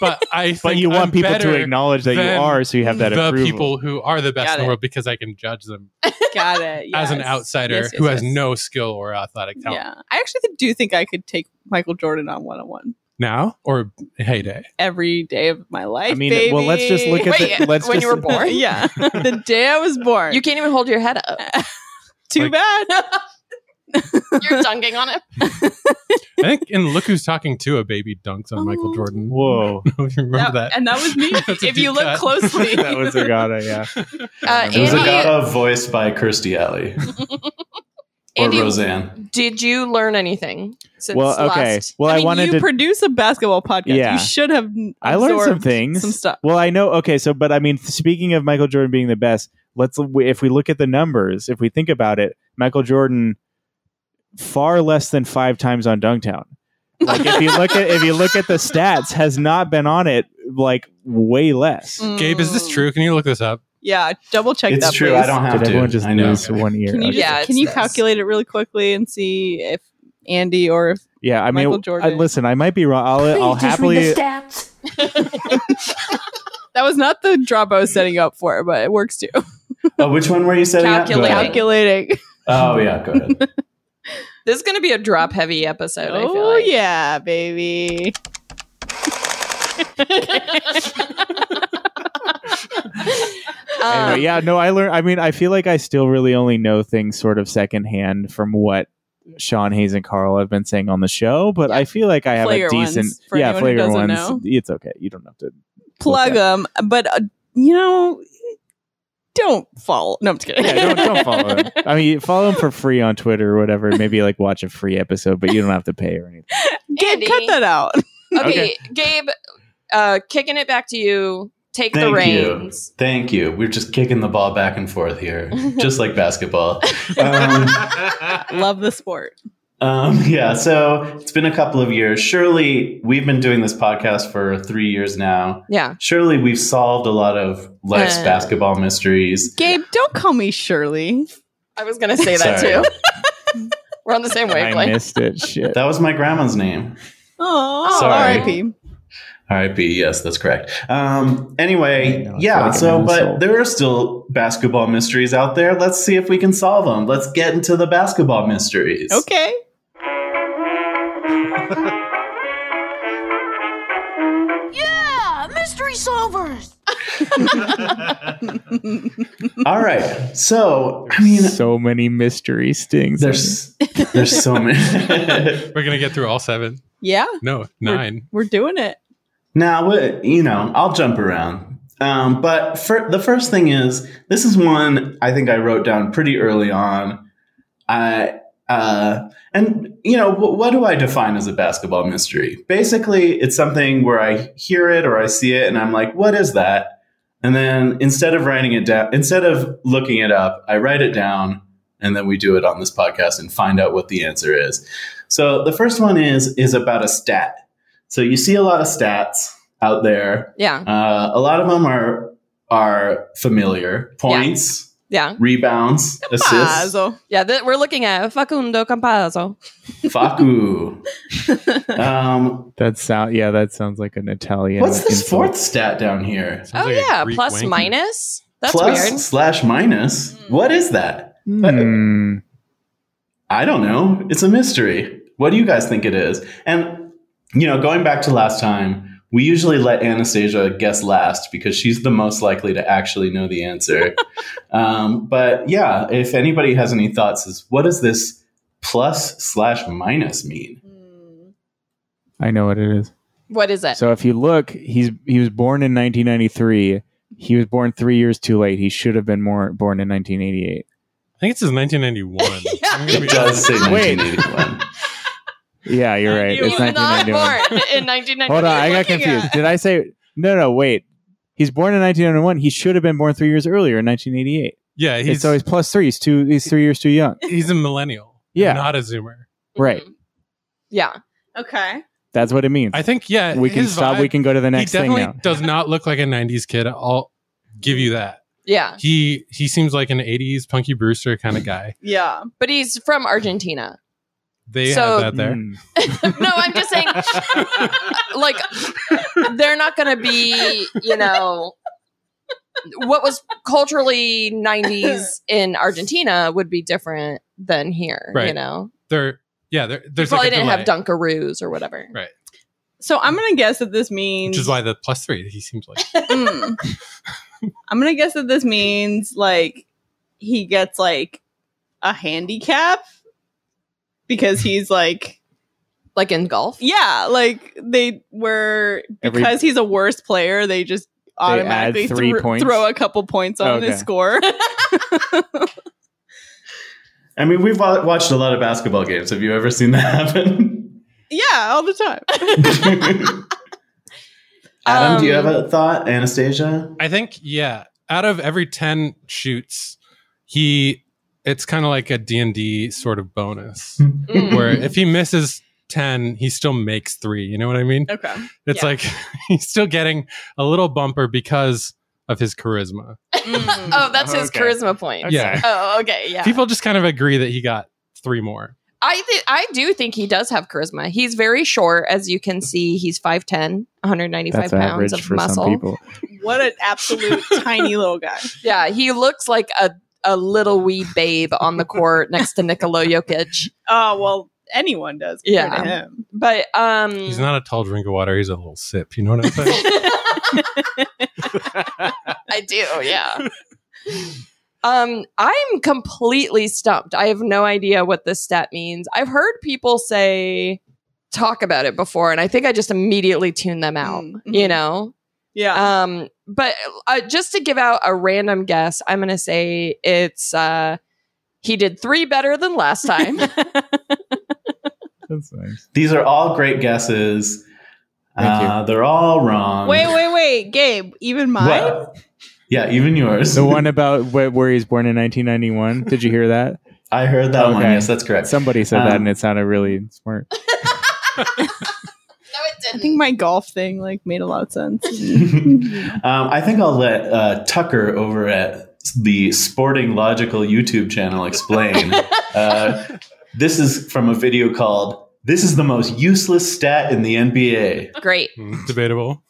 Speaker 4: but I think
Speaker 3: But you want
Speaker 4: I'm
Speaker 3: people
Speaker 4: better
Speaker 3: to acknowledge that you
Speaker 4: than
Speaker 3: are, so you have that
Speaker 4: the
Speaker 3: approval.
Speaker 4: people who are the best
Speaker 2: Got
Speaker 4: in the
Speaker 2: it.
Speaker 4: world because I can judge them
Speaker 2: Got it.
Speaker 4: as an
Speaker 2: Yes.
Speaker 4: outsider
Speaker 2: Yes, yes,
Speaker 4: who has
Speaker 2: yes.
Speaker 4: no skill or athletic talent.
Speaker 2: Yeah. I actually do think I could take Michael Jordan on one on one
Speaker 4: Now or heyday.
Speaker 2: every day of my life.
Speaker 3: I mean, well, let's just
Speaker 2: baby.
Speaker 3: look at
Speaker 1: Wait,
Speaker 3: the. Let's
Speaker 1: when
Speaker 3: just,
Speaker 1: you were born?
Speaker 2: yeah. The day I was born.
Speaker 1: You can't even hold your head up.
Speaker 2: Too
Speaker 4: Like-
Speaker 2: bad.
Speaker 1: You're dunking on it.
Speaker 4: I think in Look Who's Talking to a baby dunks on Michael
Speaker 2: Oh.
Speaker 4: Jordan.
Speaker 3: Whoa,
Speaker 4: I don't remember
Speaker 2: That-
Speaker 4: that.
Speaker 2: And that was me.
Speaker 4: That's a
Speaker 2: if you
Speaker 4: deep
Speaker 2: look
Speaker 4: cut.
Speaker 2: closely.
Speaker 3: that was a gotta, yeah.
Speaker 1: Uh,
Speaker 5: It was
Speaker 1: Andy-
Speaker 5: Agata voiced by Kirstie Alley or
Speaker 1: Andy,
Speaker 5: Roseanne.
Speaker 1: did you learn anything since
Speaker 3: Well, okay.
Speaker 1: last?
Speaker 3: Well, I,
Speaker 2: I, mean,
Speaker 3: wanted
Speaker 2: you
Speaker 3: to.
Speaker 2: produce a basketball podcast.
Speaker 3: Yeah.
Speaker 2: You should have.
Speaker 3: I learned some
Speaker 2: absorbed
Speaker 3: things.
Speaker 2: Some stuff.
Speaker 3: Well, I know. Okay, so but I mean, speaking of Michael Jordan being the best, let's if we look at the numbers, if we think about it, Michael Jordan far less than five times on Dunktown. Like if you look at if you look at the stats, has not been on it like way less.
Speaker 4: Gabe, is this
Speaker 2: Mm.
Speaker 4: true? Can you look this up?
Speaker 2: Yeah, double check
Speaker 5: It's
Speaker 2: that.
Speaker 5: true.
Speaker 2: please.
Speaker 5: I don't have
Speaker 3: Did everyone
Speaker 5: to.
Speaker 3: just
Speaker 5: I know.
Speaker 3: lose one ear?
Speaker 2: Can you just,
Speaker 3: Okay.
Speaker 1: Yeah, it's
Speaker 2: can you
Speaker 1: this.
Speaker 2: calculate it really quickly and see if Andy or if
Speaker 3: yeah, I mean,
Speaker 2: Michael Jordan.
Speaker 3: I, listen, I might be wrong. I'll, I'll happily.
Speaker 6: stats.
Speaker 2: that was not the drop I was setting up for, but it works too.
Speaker 5: Oh, which one were you setting up? Go ahead.
Speaker 1: Calculating.
Speaker 2: Calculating.
Speaker 5: Oh yeah, go ahead.
Speaker 1: This is going to be a drop heavy episode. I feel
Speaker 2: Oh
Speaker 1: like.
Speaker 2: yeah, baby. Uh,
Speaker 1: Um,
Speaker 3: Anyway, yeah, no, I learned. I mean, I feel like I still really only know things sort of secondhand from what Sean Hayes and Carl have been saying on the show, but I feel like I have
Speaker 2: Flagrant
Speaker 3: a decent,
Speaker 2: ones, for
Speaker 3: yeah,
Speaker 2: anyone who
Speaker 3: flagrant
Speaker 2: doesn't
Speaker 3: ones.
Speaker 2: know.
Speaker 3: It's okay. You don't have to.
Speaker 2: Plug
Speaker 3: Okay.
Speaker 2: them, but uh, you know, don't follow. No, I'm just kidding.
Speaker 3: Yeah, don't, don't follow them. I mean, follow them for free on Twitter or whatever. Maybe like watch a free episode, but you don't have to pay or anything.
Speaker 2: Gabe,
Speaker 1: Andy.
Speaker 2: cut that out.
Speaker 1: okay, Gabe, uh, kicking it back to you. Take the
Speaker 5: Thank you.
Speaker 1: reins.
Speaker 5: Thank you. We're just kicking the ball back and forth here, just like basketball. Um,
Speaker 2: Love the sport.
Speaker 5: Um, yeah, so it's been a couple of years. Surely we've been doing this podcast for three years now.
Speaker 1: Yeah.
Speaker 5: Surely we've solved a lot of life's
Speaker 1: Uh.
Speaker 5: basketball mysteries.
Speaker 2: Gabe, don't call me Shirley.
Speaker 1: I was going to say that
Speaker 5: Sorry.
Speaker 1: too. We're on the same
Speaker 3: I
Speaker 1: wavelength.
Speaker 3: missed it. Shit.
Speaker 5: That was my grandma's name.
Speaker 2: Oh,
Speaker 1: Sorry.
Speaker 2: R.I.P.
Speaker 5: RIP. Yes, that's correct. Um, anyway,
Speaker 3: No, it's
Speaker 5: yeah.
Speaker 3: like an
Speaker 5: So,
Speaker 3: asshole.
Speaker 5: but there are still basketball mysteries out there. Let's see if we can solve them. Let's get into the basketball mysteries.
Speaker 2: Okay.
Speaker 6: Yeah, mystery solvers.
Speaker 5: All right. So, I mean,
Speaker 3: so many mystery stings.
Speaker 5: there's there's so many.
Speaker 4: We're gonna get through all seven.
Speaker 2: Yeah,
Speaker 4: No, nine.
Speaker 2: we're doing it.
Speaker 5: Now, what- you know, I'll jump around. Um, but for, the first thing is, this is one I think I wrote down pretty early on. I uh, and you know, wh- what do I define as a basketball mystery? Basically, it's something where I hear it or I see it, and I'm like, "What is that?" And then instead of writing it down, instead of looking it up, I write it down, and then we do it on this podcast and find out what the answer is. So the first one is is about a stat. So you see a lot of stats out there.
Speaker 1: Yeah.
Speaker 5: Uh, a lot of them are are familiar points,
Speaker 1: Yeah.
Speaker 5: rebounds, assists.
Speaker 2: Pazzo.
Speaker 1: Yeah. Th- we're looking at Facundo Campazzo.
Speaker 5: Faku. um,
Speaker 3: that sound. Yeah, that sounds like an Italian.
Speaker 5: what's this
Speaker 3: insult.
Speaker 5: fourth stat down here?
Speaker 4: Sounds
Speaker 1: Oh,
Speaker 4: like a
Speaker 1: yeah.
Speaker 4: Greek
Speaker 1: Plus,
Speaker 4: wanker.
Speaker 1: minus. That's
Speaker 5: Plus
Speaker 1: weird.
Speaker 5: slash minus. What is that?
Speaker 3: Hmm.
Speaker 5: I don't know. It's a mystery. What do you guys think it is? And you know, going back to last time, we usually let Anastasia guess last because she's the most likely to actually know the answer. um, but yeah, if anybody has any thoughts, is what does this plus slash minus mean?
Speaker 3: I know what it is.
Speaker 1: What is it?
Speaker 3: So if you look, he's he was born in 1993. He was born three years too late. He should have been more born in 1988.
Speaker 4: I think it says 1991. I'm gonna be
Speaker 5: It does say
Speaker 3: Wait.
Speaker 5: 1981.
Speaker 3: Yeah, you're right.
Speaker 1: he
Speaker 3: it's
Speaker 1: was Uh, not
Speaker 3: 1991.
Speaker 1: born in 1991.
Speaker 3: Hold on, I got
Speaker 2: looking
Speaker 3: confused.
Speaker 2: at?
Speaker 3: Did I say no? No, wait. He's born in 1901. He should have been born three years earlier in 1988.
Speaker 4: Yeah,
Speaker 3: It's
Speaker 4: he's
Speaker 3: always plus three. He's two. He's three years too young.
Speaker 4: he's a millennial.
Speaker 3: Yeah.
Speaker 4: not a zoomer.
Speaker 3: Right.
Speaker 1: Mm. Yeah.
Speaker 2: Okay.
Speaker 3: That's what it means.
Speaker 4: I think yeah.
Speaker 3: we can
Speaker 4: his
Speaker 3: stop.
Speaker 4: vibe-
Speaker 3: we can go to the next
Speaker 4: he
Speaker 3: thing
Speaker 4: definitely
Speaker 3: now.
Speaker 4: does not look like a 90s kid. I'll give you that.
Speaker 1: Yeah.
Speaker 4: He he seems like an 80s Punky Brewster kind of guy.
Speaker 2: Yeah.
Speaker 1: But he's from Argentina.
Speaker 4: They
Speaker 1: So-
Speaker 4: have that there.
Speaker 3: Mm.
Speaker 1: no, I'm just saying, like, they're not going to be, you know, what was culturally 90s in Argentina would be different than here, you
Speaker 4: Right.
Speaker 1: know?
Speaker 4: They're yeah. They're, there's
Speaker 1: Probably
Speaker 4: like a
Speaker 1: didn't have
Speaker 4: delay,
Speaker 1: Dunkaroos or whatever.
Speaker 4: Right.
Speaker 2: So I'm gonna guess that this means.
Speaker 4: which is why the plus three. He seems like
Speaker 2: Mm. I'm gonna guess that this means like he gets like a handicap because he's like
Speaker 1: Like in golf.
Speaker 2: yeah like they were
Speaker 3: Every-
Speaker 2: because he's a worse player they just
Speaker 3: add
Speaker 2: automatically
Speaker 3: three
Speaker 2: thro-
Speaker 3: points?
Speaker 2: throw a couple points on
Speaker 3: Okay.
Speaker 2: his score
Speaker 5: I mean, we've wa- watched a lot of basketball games. Have you ever seen that happen?
Speaker 2: yeah all the time
Speaker 5: Adam, do you
Speaker 1: Um,
Speaker 5: have a thought, Anastasia?
Speaker 4: I think yeah. Out of every ten shoots, he it's kind of like a D and D sort of bonus
Speaker 1: Mm.
Speaker 4: where if he misses ten, he still makes three. You know what I mean?
Speaker 2: okay
Speaker 4: It's
Speaker 1: Yeah.
Speaker 4: like he's still getting a little bumper because of his charisma.
Speaker 2: Mm.
Speaker 1: Oh, that's his
Speaker 3: Okay.
Speaker 1: charisma point.
Speaker 4: Yeah.
Speaker 1: Oh, okay. Yeah.
Speaker 4: People just kind of agree that he got three more.
Speaker 1: I th- I do think he does have charisma. He's very short, as you can see. He's 5'10, 195
Speaker 3: That's
Speaker 1: pounds
Speaker 3: average
Speaker 1: of
Speaker 3: for
Speaker 1: muscle.
Speaker 3: some people.
Speaker 2: what an absolute tiny little guy
Speaker 1: Yeah, he looks like a, a little wee babe on the court next to Nikola Jokic.
Speaker 2: oh well anyone does compared
Speaker 1: Yeah.
Speaker 2: to him
Speaker 1: But um
Speaker 4: He's not a tall drink of water. He's a little sip. You know what I'm saying?
Speaker 1: I do, yeah. Um, I'm completely stumped. I have no idea what this stat means. I've heard people say talk about it before, and I think I just immediately tune them out.
Speaker 2: Mm,
Speaker 1: You
Speaker 2: mhm.
Speaker 1: know,
Speaker 2: yeah
Speaker 1: Um, but uh, just to give out a random guess, I'm going to say it's uh, he did three better than last time.
Speaker 3: That's nice.
Speaker 5: These are all great guesses.
Speaker 3: Thank you.
Speaker 5: Uh, they're all wrong.
Speaker 2: wait wait wait gabe even mine
Speaker 5: Um, What? Yeah, even yours.
Speaker 3: The one about wh- where he's born in 1991. Did you hear that?
Speaker 5: I heard that one.
Speaker 3: Okay.
Speaker 5: Yes, that's correct.
Speaker 3: Somebody said that,
Speaker 5: Um,
Speaker 3: and it sounded really smart.
Speaker 2: I think my golf thing like made a lot of sense.
Speaker 5: um, I think I'll let uh, Tucker over at the Sporting Logical YouTube channel explain. uh, this is from a video called This is the most useless stat in the NBA.
Speaker 1: Great.
Speaker 4: Mm, Debatable.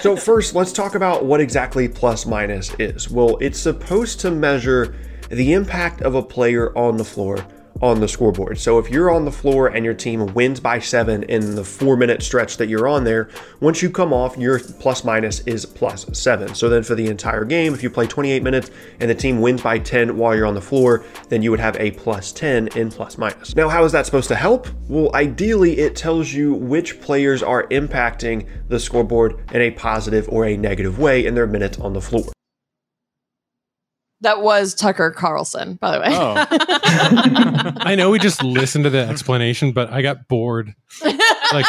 Speaker 7: so first, let's talk about what exactly plus minus is. Well, it's supposed to measure the impact of a player on the floor on the scoreboard. So if you're on the floor and your team wins by 7 in the 4-minute stretch that you're on there, once you come off, your plus minus is plus 7. So then for the entire game, if you play 28 minutes and the team wins by 10 while you're on the floor, then you would have a plus 10 in plus minus. Now, how is that supposed to help? Well, ideally it tells you which players are impacting the scoreboard in a positive or a negative way in their minutes on the floor.
Speaker 1: That was Tucker Carlson, by the way.
Speaker 3: Oh,
Speaker 4: I know we just listened to the explanation, but I got bored. Like,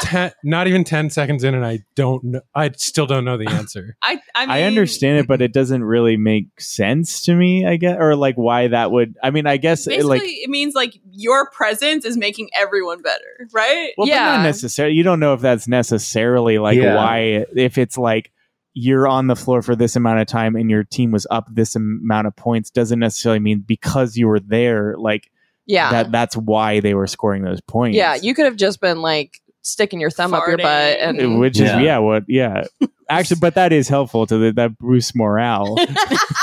Speaker 4: ten, not even 10 seconds in, and I don't know. I still don't know the answer.
Speaker 2: I I, mean,
Speaker 3: I understand it, but it doesn't really make sense to me. I guess, or like why that would. I mean, I guess it,
Speaker 2: Basically,
Speaker 3: like
Speaker 2: it means like your presence is making everyone better, right?
Speaker 3: well, but
Speaker 1: Yeah.
Speaker 3: not necessarily. You don't know if that's necessarily like
Speaker 5: Yeah.
Speaker 3: why if it's like you're on the floor for this amount of time and your team was up this amount of points doesn't necessarily mean because you were there like
Speaker 1: yeah.
Speaker 3: that that's why they were scoring those points.
Speaker 1: yeah. You could have just been like sticking your thumb up your
Speaker 2: Farting.
Speaker 1: butt
Speaker 3: Uh,
Speaker 1: and
Speaker 3: which
Speaker 5: Yeah.
Speaker 3: is yeah what yeah actually but that is helpful to the, that Bruce morale.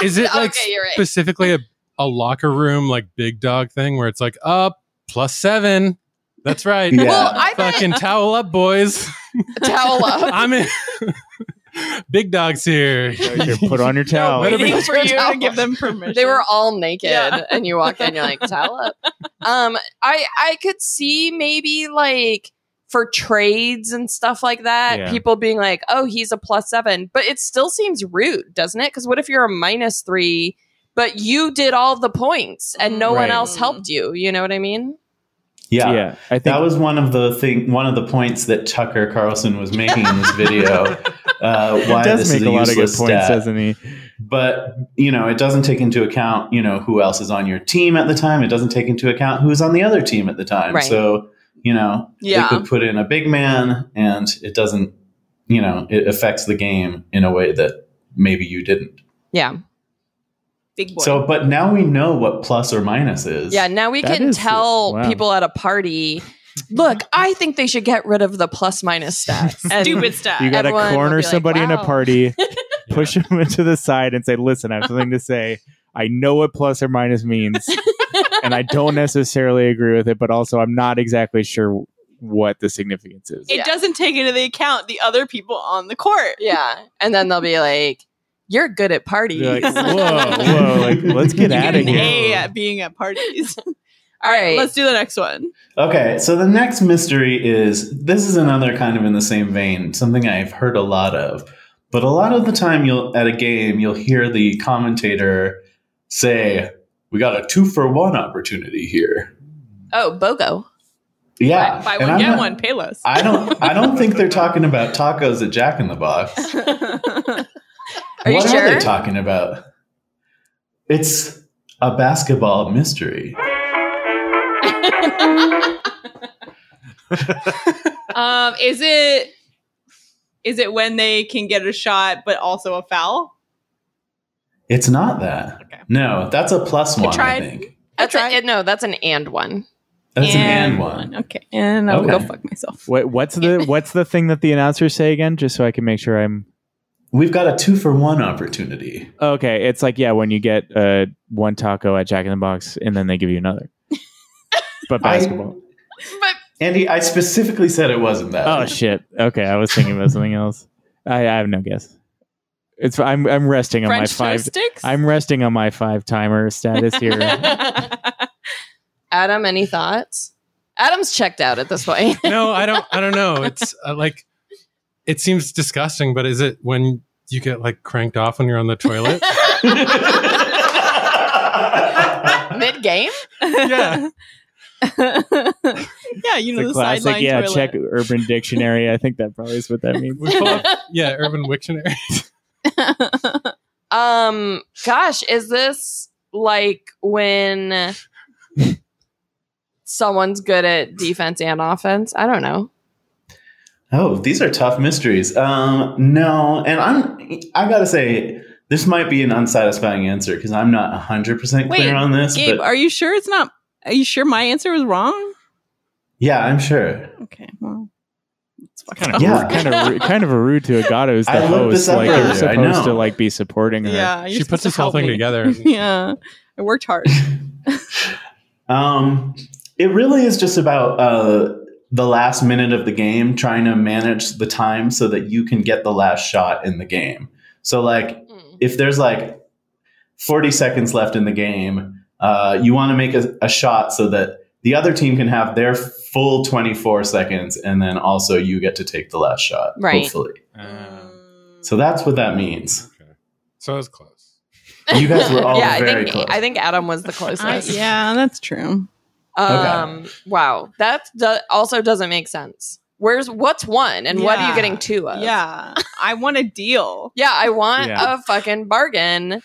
Speaker 4: Is it like
Speaker 1: okay, you're right.
Speaker 4: specifically a, a locker room, like big dog thing where it's like up plus seven? That's right.
Speaker 5: Yeah.
Speaker 1: Well, I bet-
Speaker 4: Fucking towel up, boys.
Speaker 1: Towel up.
Speaker 4: I'm in. Big dog's here.
Speaker 3: Here, Put on your towel.
Speaker 4: wait a minute.
Speaker 2: Waiting for you to
Speaker 1: Towel.
Speaker 2: give them permission.
Speaker 1: They were all naked,
Speaker 2: Yeah.
Speaker 1: and you walk in, you're like, towel up. Um, I I could see maybe like for trades and stuff like that,
Speaker 3: Yeah.
Speaker 1: people being like, "Oh, he's a plus seven. but it still seems rude, doesn't it? Because what if you're a minus three, but you did all the points and no one
Speaker 3: Right.
Speaker 1: else helped you? You know what I mean?
Speaker 5: Yeah.
Speaker 3: yeah, I think
Speaker 5: That was one of the thing, one of the points that Tucker Carlson was making in this video. Uh,
Speaker 3: he
Speaker 5: why
Speaker 3: does
Speaker 5: this
Speaker 3: make
Speaker 5: is
Speaker 3: a, lot of good
Speaker 5: useless
Speaker 3: points,
Speaker 5: stat.
Speaker 3: doesn't he?
Speaker 5: but you know it doesn't take into account you know who else is on your team at the time it doesn't take into account who's on the other team at the time
Speaker 1: Right.
Speaker 5: so you know
Speaker 2: Yeah.
Speaker 5: they could put in a big man and it doesn't you know it affects the game in a way that maybe you didn't
Speaker 1: Yeah,
Speaker 2: big boy.
Speaker 5: so but now we know what plus or minus is
Speaker 1: yeah. Now we
Speaker 3: That
Speaker 1: can
Speaker 3: is-
Speaker 1: tell
Speaker 3: wow.
Speaker 1: people at a party. Look, I think they should get rid of the plus minus stats. And-
Speaker 2: Stupid stuff.
Speaker 3: You got to
Speaker 1: Everyone will
Speaker 3: corner
Speaker 1: be like,
Speaker 3: somebody in
Speaker 1: "Wow."
Speaker 3: a party, push them into the side, and say, "Listen, I have something to say. I know what plus or minus means, and I don't necessarily agree with it, but also I'm not exactly sure what the significance is."
Speaker 2: it
Speaker 1: Yeah.
Speaker 2: doesn't take into the account the other people on the court.
Speaker 1: Yeah. And then they'll be like, you're good at parties.
Speaker 3: You're like, whoa, whoa! Like, let's get
Speaker 2: You
Speaker 3: out
Speaker 2: get
Speaker 3: of
Speaker 2: an
Speaker 3: here.
Speaker 2: A at being at parties.
Speaker 1: All right.
Speaker 2: Let's do the next one.
Speaker 5: okay so the next mystery is this is another kind of in the same vein something i've heard a lot of but a lot of the time you'll at a game you'll hear the commentator say we got a two for one opportunity here
Speaker 1: oh, BOGO.
Speaker 5: Yeah,
Speaker 2: Buy
Speaker 5: and
Speaker 2: one,
Speaker 5: I'm
Speaker 2: get
Speaker 5: not-
Speaker 2: one. Pay less.
Speaker 5: I don't. I don't think they're talking about tacos at Jack in the Box.
Speaker 1: Are you
Speaker 5: what are
Speaker 1: sure?
Speaker 5: they talking about? It's a basketball mystery.
Speaker 2: um, is it is it when they can get a shot but also a foul?
Speaker 5: It's not that.
Speaker 2: Okay.
Speaker 5: No, that's a plus one. I,
Speaker 2: tried.
Speaker 5: think
Speaker 1: That's
Speaker 2: I
Speaker 1: a, it, no, that's an and one.
Speaker 5: that's an and one.
Speaker 2: Okay, and I'll go
Speaker 5: Okay.
Speaker 2: fuck myself.
Speaker 3: What, what's the what's the thing that the announcers say again? Just so I can make sure I'm
Speaker 5: We've got a two for one opportunity.
Speaker 3: okay. It's like yeah, when you get uh, one taco at Jack in the Box, and then they give you another. But
Speaker 5: I-
Speaker 3: basketball.
Speaker 5: Andy, I specifically said it wasn't that.
Speaker 3: Oh shit. Okay, I was thinking about something else. I, I have no guess. It's I'm I'm resting on
Speaker 2: French
Speaker 3: my five.
Speaker 2: toast sticks.
Speaker 3: I'm resting on my five timer status here.
Speaker 1: Adam, any thoughts? Adam's checked out at this point.
Speaker 4: no, I don't. I don't know. It's uh, like it seems disgusting, but is it when you get like cranked off when you're on the toilet?
Speaker 1: Mid game?
Speaker 4: yeah,
Speaker 2: yeah, you know
Speaker 3: the
Speaker 2: the,
Speaker 3: classic,
Speaker 2: sideline
Speaker 3: yeah.
Speaker 2: toilet.
Speaker 3: Check Urban Dictionary. I think that probably is what that means.
Speaker 4: we pull up, yeah. Urban Wiktionary.
Speaker 1: Um, gosh, is this like when someone's good at defense and offense? I don't know.
Speaker 5: Oh, these are tough mysteries. Um, no, and I'm I gotta say this might be an unsatisfying answer because I'm not 100 percent
Speaker 2: Wait,
Speaker 5: clear on this.
Speaker 2: Gabe,
Speaker 5: but
Speaker 2: are you sure it's not? Are you sure my answer was wrong?
Speaker 5: Yeah, I'm sure.
Speaker 2: Okay. Well, it's fucking
Speaker 3: Kind of,
Speaker 5: Yeah.
Speaker 3: kind of, ru- kind of rude to Agato's the
Speaker 5: I looked
Speaker 3: host.
Speaker 5: this up
Speaker 3: Like they're
Speaker 5: earlier, I
Speaker 3: supposed to
Speaker 5: know.
Speaker 3: like be supporting her.
Speaker 2: yeah. you're
Speaker 4: she
Speaker 2: supposed
Speaker 4: puts
Speaker 2: to
Speaker 4: this whole
Speaker 2: help
Speaker 4: thing
Speaker 2: me.
Speaker 4: together.
Speaker 2: yeah. I worked hard.
Speaker 5: Um, it really is just about uh, the last minute of the game, trying to manage the time so that you can get the last shot in the game. So, like,
Speaker 1: Mm.
Speaker 5: if there's like 40 seconds left in the game, uh, you want to make a, a shot so that the other team can have their full 24 seconds, and then also you get to take the last shot,
Speaker 1: Right.
Speaker 5: hopefully.
Speaker 4: Uh,
Speaker 3: Um,
Speaker 5: So that's what that means.
Speaker 4: okay. So that's close.
Speaker 5: You guys were all
Speaker 1: yeah, I
Speaker 5: very
Speaker 1: think
Speaker 5: close.
Speaker 1: I think Adam was the closest.
Speaker 2: I- yeah, that's true.
Speaker 1: Um. Wow. That do- also doesn't make sense. Where's what's one and what are
Speaker 2: Yeah.
Speaker 1: you getting two of?
Speaker 2: Yeah. I want a deal.
Speaker 1: Yeah. I want
Speaker 3: Yeah.
Speaker 1: a fucking bargain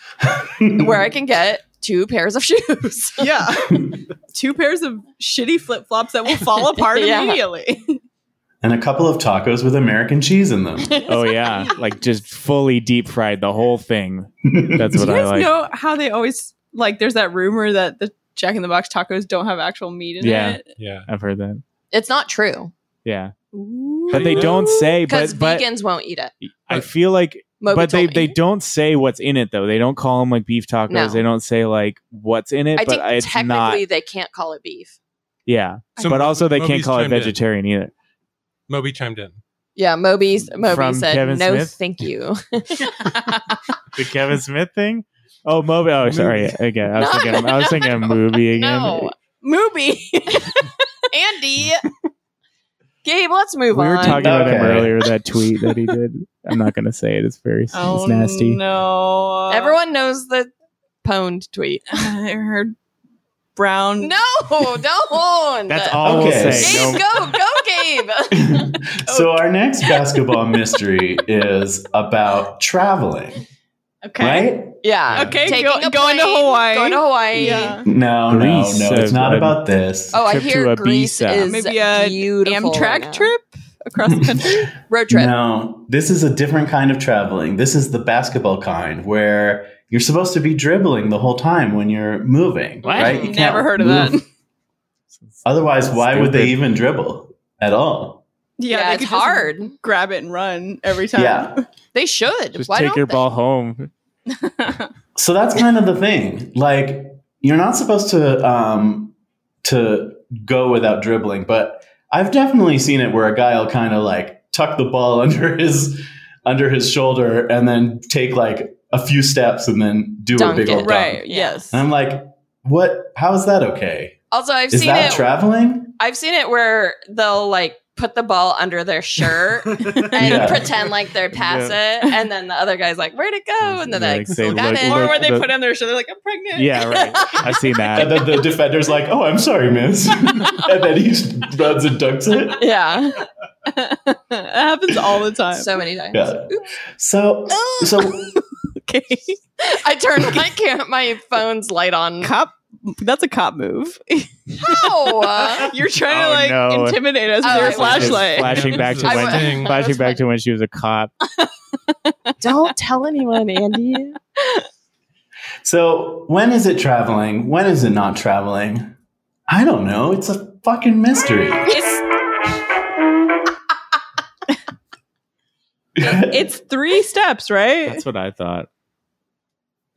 Speaker 1: where I can get two pairs of shoes.
Speaker 2: Yeah. Two pairs of shitty flip flops that will fall apart
Speaker 1: Yeah.
Speaker 2: immediately.
Speaker 5: and a couple of tacos with American cheese in them.
Speaker 3: Oh yeah, like just fully deep fried the whole thing. That's what
Speaker 2: Do you
Speaker 3: I
Speaker 2: guys
Speaker 3: like.
Speaker 2: know how they always like? There's that rumor that the Jack in the Box tacos don't have actual meat in
Speaker 3: Yeah.
Speaker 2: it.
Speaker 4: Yeah.
Speaker 3: I've heard that.
Speaker 1: it's not true
Speaker 3: Yeah,
Speaker 2: Ooh.
Speaker 3: but they don't say.
Speaker 1: because
Speaker 3: But but
Speaker 1: vegans won't eat it.
Speaker 3: I feel like
Speaker 1: Moby
Speaker 3: but they,
Speaker 1: told
Speaker 3: they
Speaker 1: me.
Speaker 3: don't say what's in it though. They don't call them like beef tacos.
Speaker 1: No.
Speaker 3: They don't say like what's in it.
Speaker 1: I
Speaker 3: but
Speaker 1: think
Speaker 3: it's
Speaker 1: technically
Speaker 3: not.
Speaker 1: they can't call it beef.
Speaker 3: Yeah,
Speaker 4: So
Speaker 3: but also they can't
Speaker 4: Moby's
Speaker 3: call it
Speaker 4: chimed in.
Speaker 3: vegetarian either.
Speaker 4: Moby chimed in.
Speaker 1: Yeah, Moby Moby
Speaker 3: From
Speaker 1: said
Speaker 3: Kevin
Speaker 1: no,
Speaker 3: Smith?"
Speaker 1: thank you.
Speaker 3: The Kevin Smith thing. Oh, Moby. Oh, sorry. Again, I was
Speaker 1: No,
Speaker 3: thinking. I was thinking a
Speaker 1: no,
Speaker 3: movie again.
Speaker 1: no,
Speaker 2: Movie.
Speaker 1: Andy, Gabe, let's
Speaker 3: We
Speaker 1: move
Speaker 3: were
Speaker 1: on.
Speaker 3: talking about him
Speaker 5: Okay.
Speaker 3: earlier. That tweet that he did. I'm not going to say it. It's very
Speaker 1: Oh,
Speaker 3: it's nasty.
Speaker 2: Oh, No.
Speaker 1: Everyone knows the pwned tweet.
Speaker 2: I heard brown.
Speaker 1: No, don't.
Speaker 3: That's all
Speaker 5: Okay.
Speaker 3: we'll say.
Speaker 1: Gabe, go,
Speaker 3: No-
Speaker 1: go, Gabe.
Speaker 5: so our next basketball mystery is about traveling,
Speaker 2: Okay.
Speaker 5: right?
Speaker 1: yeah.
Speaker 2: Okay,
Speaker 1: Taking
Speaker 2: go-
Speaker 1: a
Speaker 2: going to
Speaker 1: plane,
Speaker 2: Hawaii.
Speaker 1: Going to Hawaii.
Speaker 2: Yeah.
Speaker 5: No,
Speaker 3: Greece,
Speaker 5: no, no. It's
Speaker 3: uh,
Speaker 5: not
Speaker 3: but-
Speaker 5: about this.
Speaker 1: Oh, I
Speaker 3: Trip
Speaker 1: hear
Speaker 3: to
Speaker 1: Greece
Speaker 3: Ibiza.
Speaker 1: is
Speaker 2: Maybe a
Speaker 1: beautiful right
Speaker 2: Amtrak
Speaker 1: now.
Speaker 2: trip across the country.
Speaker 1: road trip.
Speaker 5: No, this is a different kind of traveling. This is the basketball kind where you're supposed to be dribbling the whole time when you're moving,
Speaker 1: What?
Speaker 5: right? You
Speaker 2: Never
Speaker 5: can't
Speaker 2: heard of
Speaker 5: move.
Speaker 2: that.
Speaker 5: Otherwise, why would they
Speaker 3: Stupid.
Speaker 5: even dribble at all?
Speaker 1: Yeah,
Speaker 2: they
Speaker 1: it's
Speaker 2: could just
Speaker 1: hard.
Speaker 2: Grab it and run every time.
Speaker 5: Yeah.
Speaker 1: They should.
Speaker 3: Just
Speaker 1: Why
Speaker 3: take
Speaker 1: don't
Speaker 3: your
Speaker 1: they?
Speaker 3: ball home.
Speaker 5: So that's kind of the thing. Like you're not supposed to um, to go without dribbling, but I've definitely seen it where a guy will kind of like tuck the ball under his under his shoulder and then take like a few steps and then do
Speaker 1: Dunk
Speaker 5: a big
Speaker 1: it.
Speaker 5: old dunk.
Speaker 2: Right.
Speaker 1: Yeah.
Speaker 2: Yes.
Speaker 5: And I'm like, what? How is that okay?
Speaker 1: Also, I've
Speaker 5: is
Speaker 1: seen
Speaker 5: that
Speaker 1: it.
Speaker 5: traveling?
Speaker 1: I've seen it where they'll like put the ball under their shirt and
Speaker 5: Yeah.
Speaker 1: pretend like they're past it, and then the other guy's like, "Where'd it go?" And then
Speaker 3: Yeah,
Speaker 1: they're
Speaker 3: like,
Speaker 1: like,
Speaker 3: they
Speaker 1: "Still got
Speaker 3: look-
Speaker 1: it."
Speaker 2: or
Speaker 3: look-
Speaker 2: when they
Speaker 3: the-
Speaker 2: put it on their shoulder, like I'm pregnant.
Speaker 3: Yeah, right. I've seen
Speaker 5: And
Speaker 3: that.
Speaker 5: then the defender's like, oh, I'm sorry, miss. and then he runs and dunks it.
Speaker 1: yeah,
Speaker 2: it happens all the time.
Speaker 1: so many times.
Speaker 5: Yeah. So, so
Speaker 2: okay.
Speaker 1: I turned my cam- my phone's light on.
Speaker 2: Cop. That's a cop move.
Speaker 1: How? Uh,
Speaker 2: You're trying
Speaker 3: Oh,
Speaker 2: to like
Speaker 3: no.
Speaker 2: intimidate us with
Speaker 1: Oh,
Speaker 2: your
Speaker 1: I was-
Speaker 2: flashlight.
Speaker 3: Flashing back to
Speaker 1: I
Speaker 3: when,
Speaker 1: was-
Speaker 4: Thing.
Speaker 3: flashing
Speaker 1: That's
Speaker 3: back
Speaker 1: funny.
Speaker 3: to when she was a cop.
Speaker 1: don't tell anyone, Andy.
Speaker 5: So, when is it traveling? When is it not traveling? I don't know. It's a fucking mystery.
Speaker 2: It's, it's three steps, right?
Speaker 3: That's what I thought.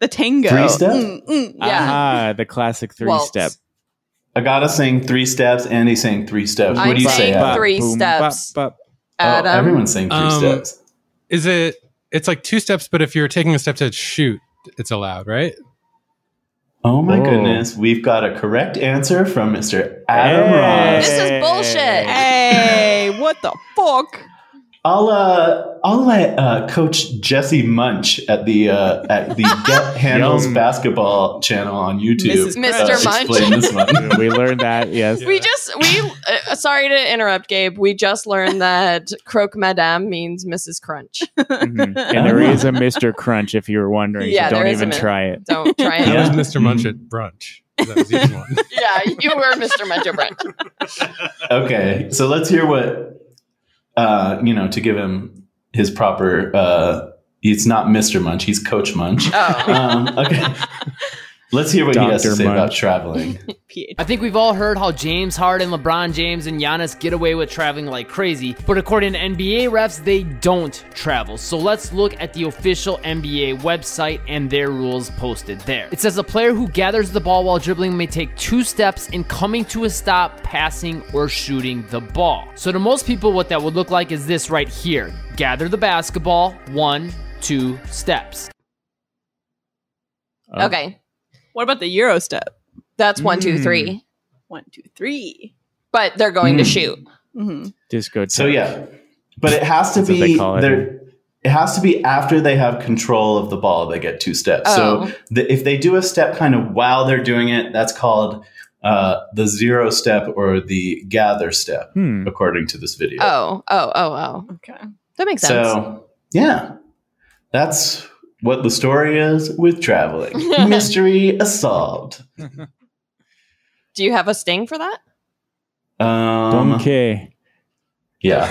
Speaker 2: the tango.
Speaker 5: Three step?
Speaker 2: Mm, mm.
Speaker 1: Yeah.
Speaker 3: Ah, the classic three
Speaker 1: Waltz.
Speaker 3: step.
Speaker 5: Agata saying three steps, Andy saying three steps. What
Speaker 1: I'm
Speaker 5: do you say? uh,
Speaker 1: saying
Speaker 5: Adam?
Speaker 1: three steps.
Speaker 3: bop,
Speaker 5: Oh,
Speaker 1: Adam.
Speaker 5: everyone's saying three
Speaker 4: Um,
Speaker 5: steps.
Speaker 4: Is it? It's like two steps, but if you're taking a step to shoot, it's allowed, right?
Speaker 5: Oh my
Speaker 3: Oh.
Speaker 5: goodness. We've got a correct answer from Mr. Adam
Speaker 3: Hey.
Speaker 5: Ross.
Speaker 1: This is bullshit.
Speaker 2: Hey, what the fuck?
Speaker 5: I'll uh, I'll let uh, Coach Jesse Munch at the uh, at the Get Handles
Speaker 3: Yum.
Speaker 5: basketball channel on YouTube.
Speaker 2: Mrs.
Speaker 5: uh,
Speaker 1: Mr. Munch.
Speaker 5: explain this one.
Speaker 3: we learned that. Yes.
Speaker 1: We just we uh, sorry to interrupt, Gabe. We just learned that croque madame means Mrs. Crunch.
Speaker 3: Mhm. And there is a Mr. Crunch if you were wondering.
Speaker 1: Yeah,
Speaker 3: so don't
Speaker 1: there is a
Speaker 3: even
Speaker 1: Mr.
Speaker 3: try it.
Speaker 1: Don't try
Speaker 4: That
Speaker 1: and
Speaker 5: Yeah.
Speaker 4: was Mr. Munch at brunch. That was each one.
Speaker 1: yeah, you were Mr. Metro Brent.
Speaker 5: Okay, so let's hear what uh, you know to give him his proper. Uh, it's not Mr. Munch; he's Coach Munch.
Speaker 1: Oh.
Speaker 5: Um, okay, Let's hear what he has to
Speaker 3: Dr.
Speaker 5: say about
Speaker 3: Munch.
Speaker 5: traveling.
Speaker 8: I think we've all heard how James Harden, LeBron James, and Giannis get away with traveling like crazy, but according to NBA refs, they don't travel. So let's look at the official NBA website and their rules posted there. It says a player who gathers the ball while dribbling may take two steps in coming to a stop, passing, or shooting the ball. So to most people, what that would look like is this right here gather the basketball, one, two steps.
Speaker 3: Oh.
Speaker 1: Okay.
Speaker 2: What about the Euro step?
Speaker 1: That's one, two,
Speaker 3: Mm.
Speaker 1: three.
Speaker 2: One, two, three.
Speaker 1: But they're going to
Speaker 5: Mm.
Speaker 1: shoot.
Speaker 2: Mm-hmm.
Speaker 3: Disco.
Speaker 5: So yeah, but it has to
Speaker 3: That's what
Speaker 5: be
Speaker 3: they call it.
Speaker 5: there. It has to be after they have control of the ball. They get two steps.
Speaker 1: Oh.
Speaker 5: So the, if they do a step kind of while they're doing it, that's called uh, the zero step or the gather step,
Speaker 3: Hmm.
Speaker 5: according to this video.
Speaker 1: Oh, oh, oh, oh.
Speaker 2: Okay.
Speaker 1: That makes sense.
Speaker 5: so yeah, that's what the story is with traveling. Mystery solved.
Speaker 1: Do you have a sting for that?
Speaker 5: Um,
Speaker 3: Donkey.
Speaker 5: Yeah.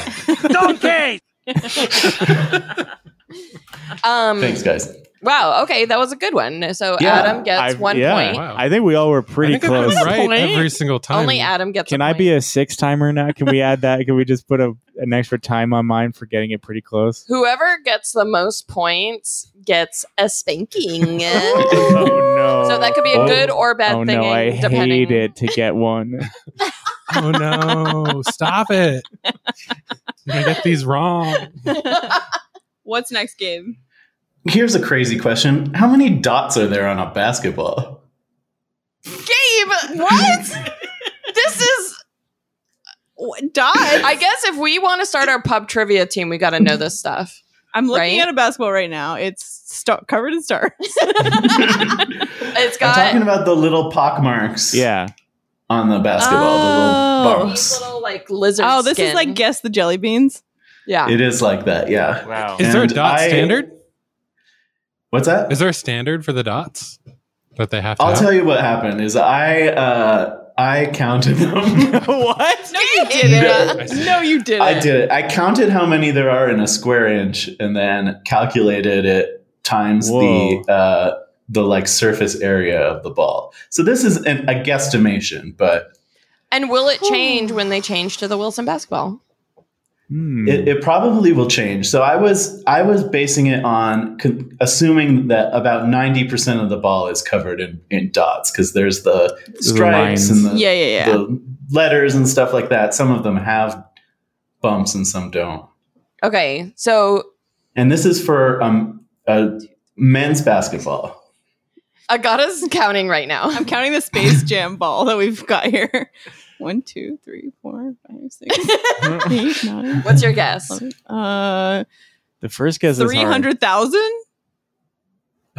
Speaker 1: Um,
Speaker 5: Thanks, guys.
Speaker 1: Wow. Okay, that was a good one. So
Speaker 5: Yeah,
Speaker 1: Adam gets
Speaker 3: I've-
Speaker 1: one
Speaker 3: yeah.
Speaker 1: point.
Speaker 4: Wow.
Speaker 3: I think we all were
Speaker 4: I
Speaker 3: pretty
Speaker 4: think I got
Speaker 3: close.
Speaker 4: it right
Speaker 2: Point.
Speaker 4: every single time.
Speaker 1: Only Adam gets.
Speaker 3: Can
Speaker 1: a
Speaker 3: I
Speaker 1: point.
Speaker 3: be a six timer now? Can we add that? Can we just put a, an extra time on mine for getting it pretty close?
Speaker 1: Whoever gets the most points gets a spanking. so
Speaker 3: oh no!
Speaker 1: that could be a good or bad
Speaker 3: oh
Speaker 1: thing.
Speaker 3: no! I
Speaker 1: depending.
Speaker 3: hate it to get one.
Speaker 4: oh no! Stop it! I'm gonna get these wrong.
Speaker 2: What's next game?
Speaker 5: Here's a crazy question: How many dots are there on a basketball?
Speaker 1: Gabe, what? this is.
Speaker 2: Dodge.
Speaker 1: I guess if we want to start our pub trivia team, we got to know this stuff.
Speaker 2: I'm looking
Speaker 1: Right?
Speaker 2: at a basketball right now. It's star- covered in stars.
Speaker 1: It's
Speaker 5: I'm talking
Speaker 1: got
Speaker 5: about the little pock marks.
Speaker 3: Yeah.
Speaker 5: on the basketball, the
Speaker 2: Oh.
Speaker 1: these
Speaker 5: little bumps.
Speaker 1: little like lizard.
Speaker 2: oh, this is
Speaker 1: skin.
Speaker 2: like guess the jelly beans.
Speaker 1: yeah.
Speaker 5: It is like that, yeah.
Speaker 3: Wow.
Speaker 4: Is there a
Speaker 5: And
Speaker 4: dot
Speaker 5: I-
Speaker 4: standard?
Speaker 5: What's that?
Speaker 4: Is there a standard for the dots that they have to?
Speaker 5: I'll
Speaker 4: have?
Speaker 5: tell you what happened. Is I uh, I counted them.
Speaker 3: what?
Speaker 1: No, you didn't.
Speaker 2: No, you didn't.
Speaker 5: I did it. I counted how many there are in a square inch, and then calculated it times
Speaker 3: Whoa.
Speaker 5: the uh, the like surface area of the ball. So this is an, a guesstimation, but
Speaker 1: And will it change when they change to the Wilson basketball?
Speaker 3: Hmm.
Speaker 5: It, it probably will change. So I was I was basing it on con- assuming that about ninety percent of the ball is covered in, in dots because there's the stripes
Speaker 3: lines.
Speaker 5: and the,
Speaker 2: Yeah, yeah, yeah.
Speaker 5: the letters and stuff like that. Some of them have bumps and some don't.
Speaker 1: Okay, so
Speaker 5: And this is for um uh, men's basketball.
Speaker 1: Agata's counting right now.
Speaker 2: I'm counting the space jam ball that we've got here. One, two, three, four, five, six, eight, nine.
Speaker 1: What's your guess?
Speaker 2: 11, Uh,
Speaker 3: The first guess is
Speaker 2: three
Speaker 3: hard.
Speaker 2: hundred thousand.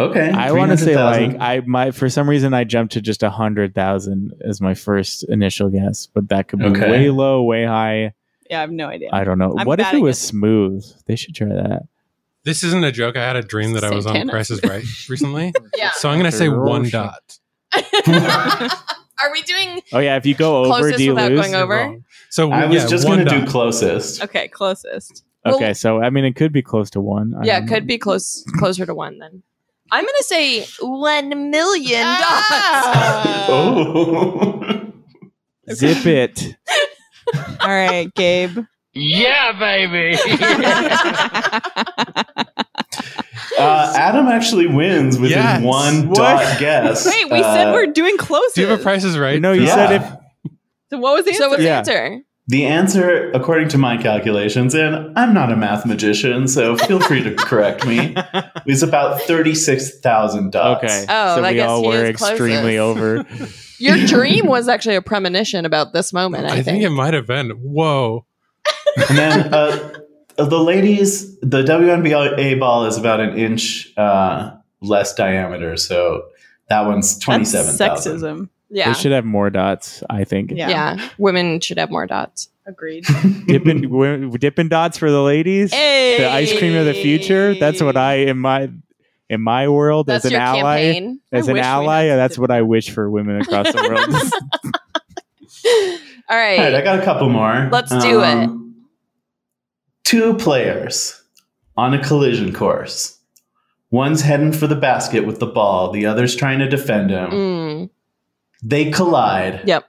Speaker 5: Okay,
Speaker 3: I want to say
Speaker 5: 300,000.
Speaker 3: like I my for some reason I jumped to just a hundred thousand as my first initial guess, but that could be
Speaker 5: Okay.
Speaker 3: way low, way high.
Speaker 2: Yeah, I have no idea.
Speaker 3: I don't know.
Speaker 2: I'm
Speaker 3: what if
Speaker 2: bad
Speaker 3: it
Speaker 2: at
Speaker 3: was
Speaker 2: guessing.
Speaker 3: smooth? They should try that.
Speaker 4: This isn't a joke. I had a dream that I was on
Speaker 2: Santana.
Speaker 4: Price is Right recently.
Speaker 1: Yeah.
Speaker 4: So I'm going to say one dot.
Speaker 1: Are we doing?
Speaker 3: Oh yeah, if you go over,
Speaker 1: Closest
Speaker 3: do you
Speaker 1: without
Speaker 3: lose?
Speaker 1: going over?
Speaker 4: So
Speaker 5: I was
Speaker 4: yeah,
Speaker 5: just
Speaker 4: one
Speaker 5: going to do
Speaker 4: dot.
Speaker 5: closest.
Speaker 2: Okay, closest.
Speaker 3: Okay, so I mean it could be close to one. I
Speaker 1: Yeah,
Speaker 3: don't
Speaker 1: it
Speaker 3: know.
Speaker 1: could be close closer to one then. I'm gonna say one million
Speaker 2: Ah!
Speaker 1: dollars.
Speaker 5: oh.
Speaker 3: Zip it.
Speaker 2: All right, Gabe.
Speaker 8: Yeah, baby!
Speaker 5: Uh, Adam actually wins with
Speaker 4: Yes.
Speaker 5: his one
Speaker 4: What?
Speaker 5: dot guess.
Speaker 2: Wait, we said
Speaker 5: Uh,
Speaker 2: we're doing closest.
Speaker 4: Do you have a Price is Right?
Speaker 3: No, Oh, you
Speaker 5: Yeah.
Speaker 3: said if
Speaker 2: so what was the answer?
Speaker 1: so what's
Speaker 3: Yeah.
Speaker 1: the answer?
Speaker 5: the answer, according to my calculations, and I'm not a math magician, so feel free to correct me, is about thirty-six thousand dots.
Speaker 3: okay.
Speaker 1: Oh,
Speaker 3: so
Speaker 1: I
Speaker 3: we
Speaker 1: guess
Speaker 3: all
Speaker 1: he
Speaker 3: were
Speaker 1: is closest.
Speaker 3: extremely over.
Speaker 1: Your dream was actually a premonition about this moment. I,
Speaker 4: I think it might have been. Whoa.
Speaker 5: and then uh, the ladies, the WNBA ball is about an inch uh, less diameter, so that one's
Speaker 2: That's
Speaker 5: twenty-seven thousand.
Speaker 2: sexism.
Speaker 1: yeah.
Speaker 3: They should have more dots, I think.
Speaker 2: Yeah.
Speaker 1: yeah, Women should have more dots.
Speaker 2: Agreed.
Speaker 3: Dipping wi- dipping dots for the ladies.
Speaker 2: hey.
Speaker 3: the ice cream of the future. That's what I in my in my world
Speaker 1: That's
Speaker 3: as an
Speaker 1: your
Speaker 3: ally.
Speaker 1: campaign.
Speaker 3: As
Speaker 2: I
Speaker 3: an
Speaker 2: wish we
Speaker 3: ally,
Speaker 2: had
Speaker 3: that's
Speaker 2: something.
Speaker 3: what I wish for women across the world.
Speaker 1: All
Speaker 5: All right, I
Speaker 1: right.
Speaker 5: got a couple more. Um,
Speaker 1: Let's do it.
Speaker 5: Two players on a collision course One's heading for the basket with the ball, the other's trying to defend him.
Speaker 1: Mm.
Speaker 5: They collide.
Speaker 1: Yep.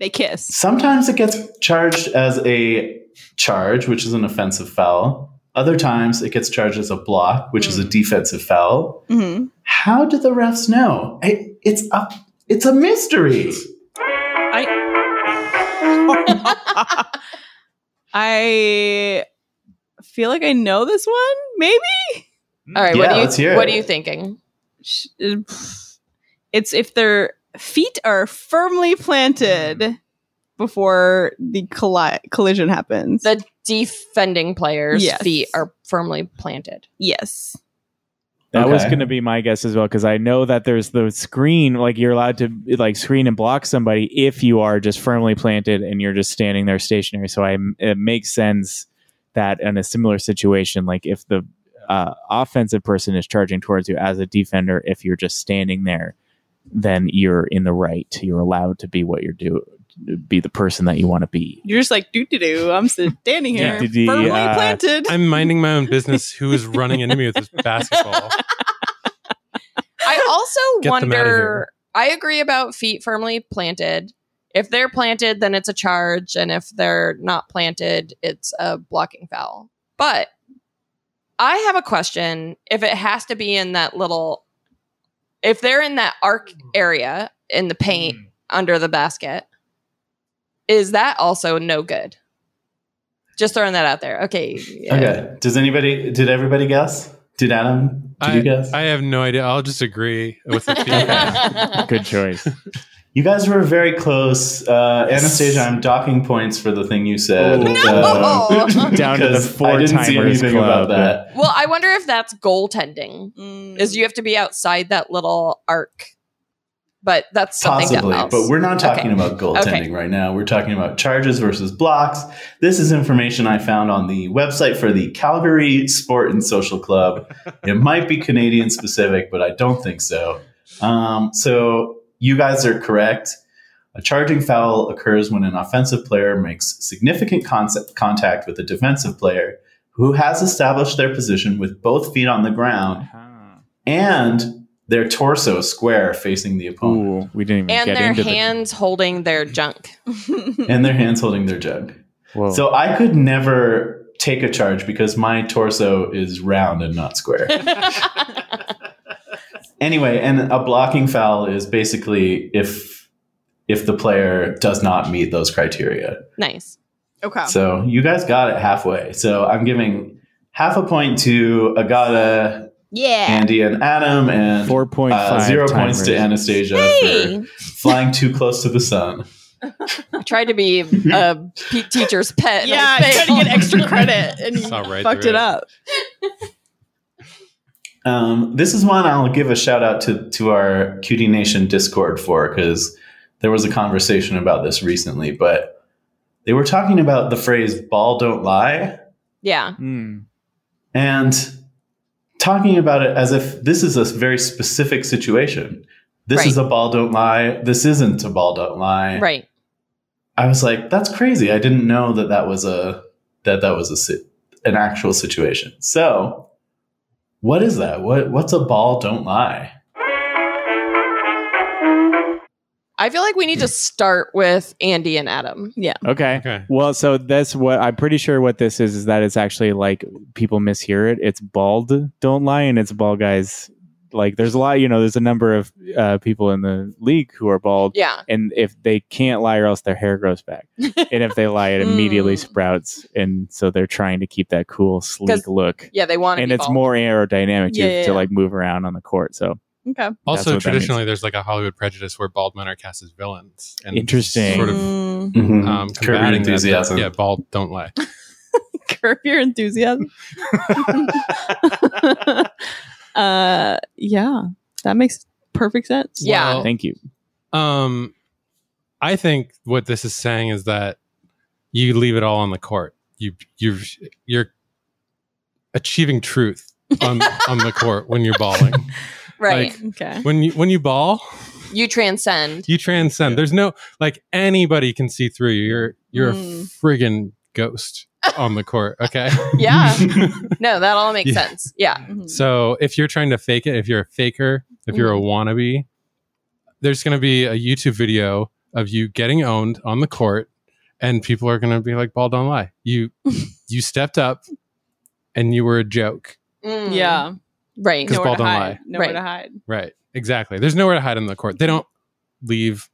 Speaker 2: They kiss.
Speaker 5: Sometimes it gets charged as a charge, which is an offensive foul. Other times it gets charged as a block, which
Speaker 1: Mm.
Speaker 5: is a defensive foul.
Speaker 2: hmm
Speaker 5: How do the refs know? I, it's a it's a mystery.
Speaker 2: I feel like I know this one. Maybe
Speaker 1: All right.
Speaker 5: Yeah,
Speaker 1: what do you
Speaker 5: let's hear
Speaker 1: What
Speaker 5: it.
Speaker 1: are you thinking?
Speaker 2: Sh- uh, it's if their feet are firmly planted before the colli- collision happens.
Speaker 1: The defending player's
Speaker 2: Yes.
Speaker 1: feet are firmly planted.
Speaker 2: yes.
Speaker 3: That was
Speaker 5: Okay.
Speaker 3: going to be my guess as well because I know that there's the screen like you're allowed to like screen and block somebody if you are just firmly planted and you're just standing there stationary. So I it makes sense that in a similar situation, like if the uh, offensive person is charging towards you as a defender, if you're just standing there, then you're in the right. You're allowed to be what you're do, be the person that you want to be.
Speaker 2: You're just like doo doo doo. I'm standing
Speaker 4: Yeah.
Speaker 2: here,
Speaker 3: Doo-doo,
Speaker 2: firmly
Speaker 3: uh,
Speaker 2: planted.
Speaker 4: I'm minding my own business. Who is running into me with this basketball?
Speaker 1: I also
Speaker 4: Get them outta
Speaker 1: wonder.
Speaker 4: here.
Speaker 1: I agree about feet firmly planted. If they're planted, then it's a charge, and if they're not planted, it's a blocking foul. But I have a question: if it has to be in that little, if they're in that arc area in the paint under the basket, is that also no good? Just throwing that out there. Okay. yeah.
Speaker 5: Okay. Does anybody did everybody guess? Did Adam? Did you guess?
Speaker 4: I have no idea. I'll just agree with the feedback.
Speaker 3: Good choice.
Speaker 5: you guys were very close. Uh, Anastasia, I'm docking points for the thing you said. Uh,
Speaker 3: Oh.
Speaker 1: No!
Speaker 3: Down to the
Speaker 5: because I didn't see
Speaker 3: four-timers
Speaker 5: anything
Speaker 3: club.
Speaker 5: about that.
Speaker 1: Well, I wonder if that's goaltending.
Speaker 2: Mm.
Speaker 1: Is you have to be outside that little arc, but that's something
Speaker 5: Possibly,
Speaker 1: else.
Speaker 5: but we're not
Speaker 1: Okay.
Speaker 5: talking about goaltending
Speaker 1: Okay.
Speaker 5: right now. We're talking about charges versus blocks. This is information I found on the website for the Calgary Sport and Social Club. it might be Canadian specific, but I don't think so. Um, so you guys are correct. A charging foul occurs when an offensive player makes significant concept, contact with a defensive player who has established their position with both feet on the ground and their torso square facing the opponent.
Speaker 3: Ooh, we didn't even
Speaker 1: and
Speaker 3: get
Speaker 1: their
Speaker 3: into the-
Speaker 1: hands holding their junk.
Speaker 5: and their hands holding their jug.
Speaker 3: Whoa.
Speaker 5: So I could never take a charge because my torso is round and not square. anyway, and a blocking foul is basically if if the player does not meet those criteria.
Speaker 1: Nice.
Speaker 2: okay.
Speaker 5: So you guys got it halfway. So I'm giving half a point to Agata,
Speaker 2: yeah.
Speaker 5: Andy, and Adam, and
Speaker 3: Four point five
Speaker 5: uh, zero points to
Speaker 3: timers.
Speaker 5: Anastasia
Speaker 1: Hey,
Speaker 5: for flying too close to the sun.
Speaker 1: I tried to be a pe- teacher's pet. and
Speaker 2: Yeah,
Speaker 1: I
Speaker 2: I tried to
Speaker 1: failed.
Speaker 2: get extra credit and you
Speaker 4: Saw right
Speaker 2: fucked
Speaker 4: through
Speaker 2: it
Speaker 4: it.
Speaker 2: up.
Speaker 5: Um, this is one I'll give a shout out to to our Cutie Nation Discord for because there was a conversation about this recently, but they were talking about the phrase "ball don't lie"
Speaker 1: Yeah.
Speaker 3: Mm.
Speaker 5: and talking about it as if this is a very specific situation. This is a ball don't lie. This isn't a ball don't lie.
Speaker 1: Right.
Speaker 5: I was like, that's crazy. I didn't know that that was a that that was a si- an actual situation. So, what is that? What what's a ball don't lie?
Speaker 1: I feel like we need to start with Andy and Adam.
Speaker 3: Okay.
Speaker 4: Okay.
Speaker 3: Well, so that's what I'm pretty sure what this is is that it's actually like people mishear it. It's bald, don't lie, and it's bald guys. Like there's a lot, you know, there's a number of uh, people in the league who are bald,
Speaker 1: Yeah.
Speaker 3: and if they can't lie or else their hair grows back, and if they lie, it immediately
Speaker 2: Mm.
Speaker 3: sprouts, and so they're trying to keep that cool,
Speaker 1: 'Cause-
Speaker 3: sleek look,
Speaker 1: Yeah, they want to
Speaker 3: and
Speaker 1: be
Speaker 3: it's
Speaker 1: bald.
Speaker 3: more aerodynamic to,
Speaker 2: Yeah, yeah,
Speaker 3: to
Speaker 2: yeah.
Speaker 3: like move around on the court. So
Speaker 2: Okay.
Speaker 3: what
Speaker 4: Also,
Speaker 3: that
Speaker 4: traditionally, there's like a Hollywood prejudice where bald men are cast as villains. And
Speaker 3: Interesting.
Speaker 4: Sort of
Speaker 2: Mm,
Speaker 4: um,
Speaker 5: Mm-hmm. Curb your
Speaker 4: combating that, but
Speaker 5: enthusiasm.
Speaker 4: yeah, bald don't lie.
Speaker 2: curb your enthusiasm. uh, yeah, that makes perfect sense.
Speaker 1: Yeah.
Speaker 4: Well,
Speaker 3: thank you.
Speaker 4: Um, I think what this is saying is that you leave it all on the court. You you you're achieving truth on on the court when you're balling.
Speaker 1: right.
Speaker 4: like-
Speaker 2: Okay.
Speaker 4: When you when you ball,
Speaker 1: you transcend.
Speaker 4: you transcend. There's no like anybody can see through you. You're you're
Speaker 2: Mm.
Speaker 4: a friggin' ghost. on the court. Okay.
Speaker 1: Yeah. No, that all makes
Speaker 4: Yeah.
Speaker 1: sense. Yeah.
Speaker 2: Mm-hmm.
Speaker 4: So if you're trying to fake it, if you're a faker, if you're
Speaker 2: Mm.
Speaker 4: a wannabe, there's going to be a YouTube video of you getting owned on the court, and people are going to be like, "Ball, don't lie. You you stepped up, and you were a joke."
Speaker 1: Mm.
Speaker 2: Yeah.
Speaker 1: Right.
Speaker 4: 'Cause
Speaker 2: Nowhere
Speaker 4: ball
Speaker 2: to
Speaker 4: don't
Speaker 2: hide.
Speaker 4: lie.
Speaker 2: Nowhere
Speaker 1: Right.
Speaker 2: to hide.
Speaker 4: Right? Exactly. There's nowhere to hide on the court. They don't leave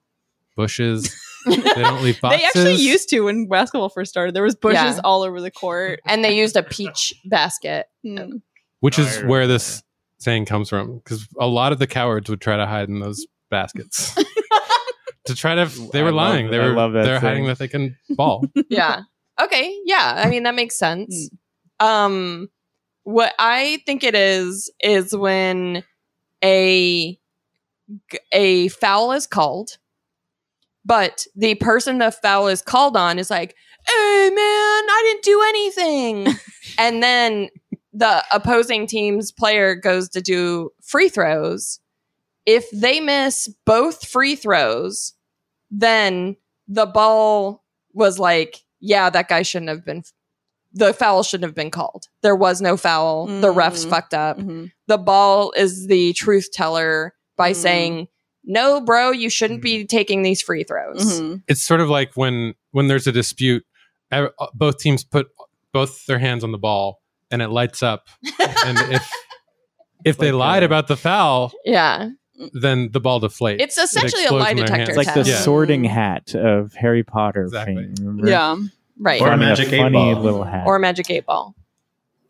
Speaker 4: bushes. they don't leave boxes.
Speaker 2: They actually used to when basketball first started. There was bushes
Speaker 1: Yeah.
Speaker 2: all over the court.
Speaker 1: And they used a peach basket.
Speaker 2: Mm.
Speaker 4: which is
Speaker 5: Tired.
Speaker 4: where this saying comes from because a lot of the cowards would try to hide in those baskets to try to they
Speaker 3: I
Speaker 4: were
Speaker 3: love-
Speaker 4: lying they
Speaker 3: I
Speaker 4: were
Speaker 3: love that
Speaker 4: they're hiding
Speaker 3: saying.
Speaker 4: that they can ball
Speaker 1: Yeah. okay. Yeah. I mean, that makes sense. Um, what I think it is is when a g- a foul is called, but the person the foul is called on is like, "Hey, man, I didn't do anything," and then the opposing team's player goes to do free throws. If they miss both free throws, then the ball was like, yeah, that guy shouldn't have been. The foul shouldn't have been called. There was no foul. The refs
Speaker 2: Mm.
Speaker 1: fucked up.
Speaker 2: Mhm.
Speaker 1: The ball is the truth teller by
Speaker 2: Mm.
Speaker 1: saying, no, bro, you shouldn't be taking these free throws.
Speaker 2: Mhm.
Speaker 4: it's sort of like when when there's a dispute ev- uh, both teams put both their hands on the ball and it lights up and if if they
Speaker 3: Like,
Speaker 4: lied
Speaker 3: uh,
Speaker 4: about the foul
Speaker 1: Yeah.
Speaker 4: then the ball deflates
Speaker 1: It's essentially a
Speaker 4: explodes
Speaker 1: lie
Speaker 4: in their
Speaker 1: detector
Speaker 4: hands.
Speaker 3: It's like the
Speaker 1: Yeah.
Speaker 3: sorting hat of Harry Potter
Speaker 4: Exactly.
Speaker 3: fame. remember?
Speaker 2: Yeah.
Speaker 1: Right. Or,
Speaker 5: Or a
Speaker 3: Finding
Speaker 5: magic eight
Speaker 3: funny
Speaker 5: ball.
Speaker 3: little hat.
Speaker 1: a magic eight ball.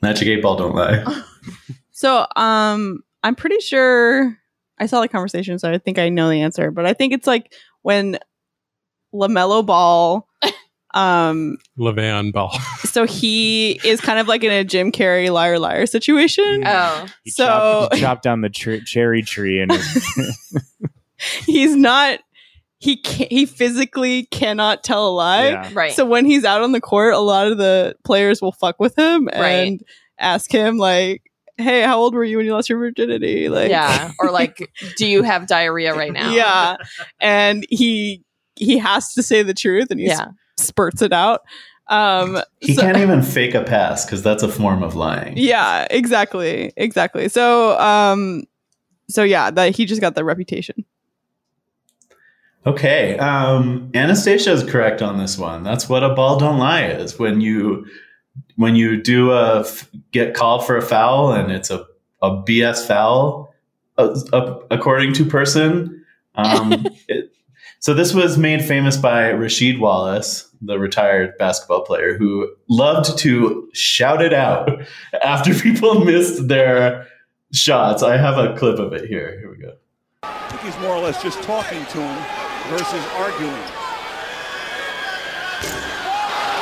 Speaker 5: Magic eight ball don't lie.
Speaker 2: So um I'm pretty sure I saw the conversation, so I think I know the answer, but I think it's like when LaMelo Ball um
Speaker 4: Levan ball
Speaker 2: so he is kind of like in a Jim Carrey liar liar situation.
Speaker 3: Yeah.
Speaker 1: Oh,
Speaker 3: He
Speaker 2: So-
Speaker 3: chopped, he chopped down the tr- cherry tree and
Speaker 2: He's not he can he physically cannot tell a lie.
Speaker 3: yeah.
Speaker 1: right.
Speaker 2: So when he's out on the court, a lot of the players will fuck with him
Speaker 1: Right.
Speaker 2: and ask him like, "Hey, how old were you when you lost your virginity?" Like,
Speaker 1: yeah. Or like, do you have diarrhea right now?
Speaker 2: yeah. And he he has to say the truth, and he
Speaker 1: Yeah.
Speaker 2: spurts it out. Um,
Speaker 5: He
Speaker 2: so-
Speaker 5: can't even fake a pass because that's a form of lying.
Speaker 2: yeah, exactly, exactly. So, um, so yeah, that he just got the reputation.
Speaker 5: Okay. Um, Anastasia is correct on this one. That's what a ball don't lie is when you when you do a f- get called for a foul and it's a, a BS foul, uh, uh, according to person. Um, it, so this was made famous by Rashid Wallace, the retired basketball player who loved to shout it out after people missed their shots. I have a clip of it here. Here we go.
Speaker 9: I think he's more or less just talking to him versus arguing.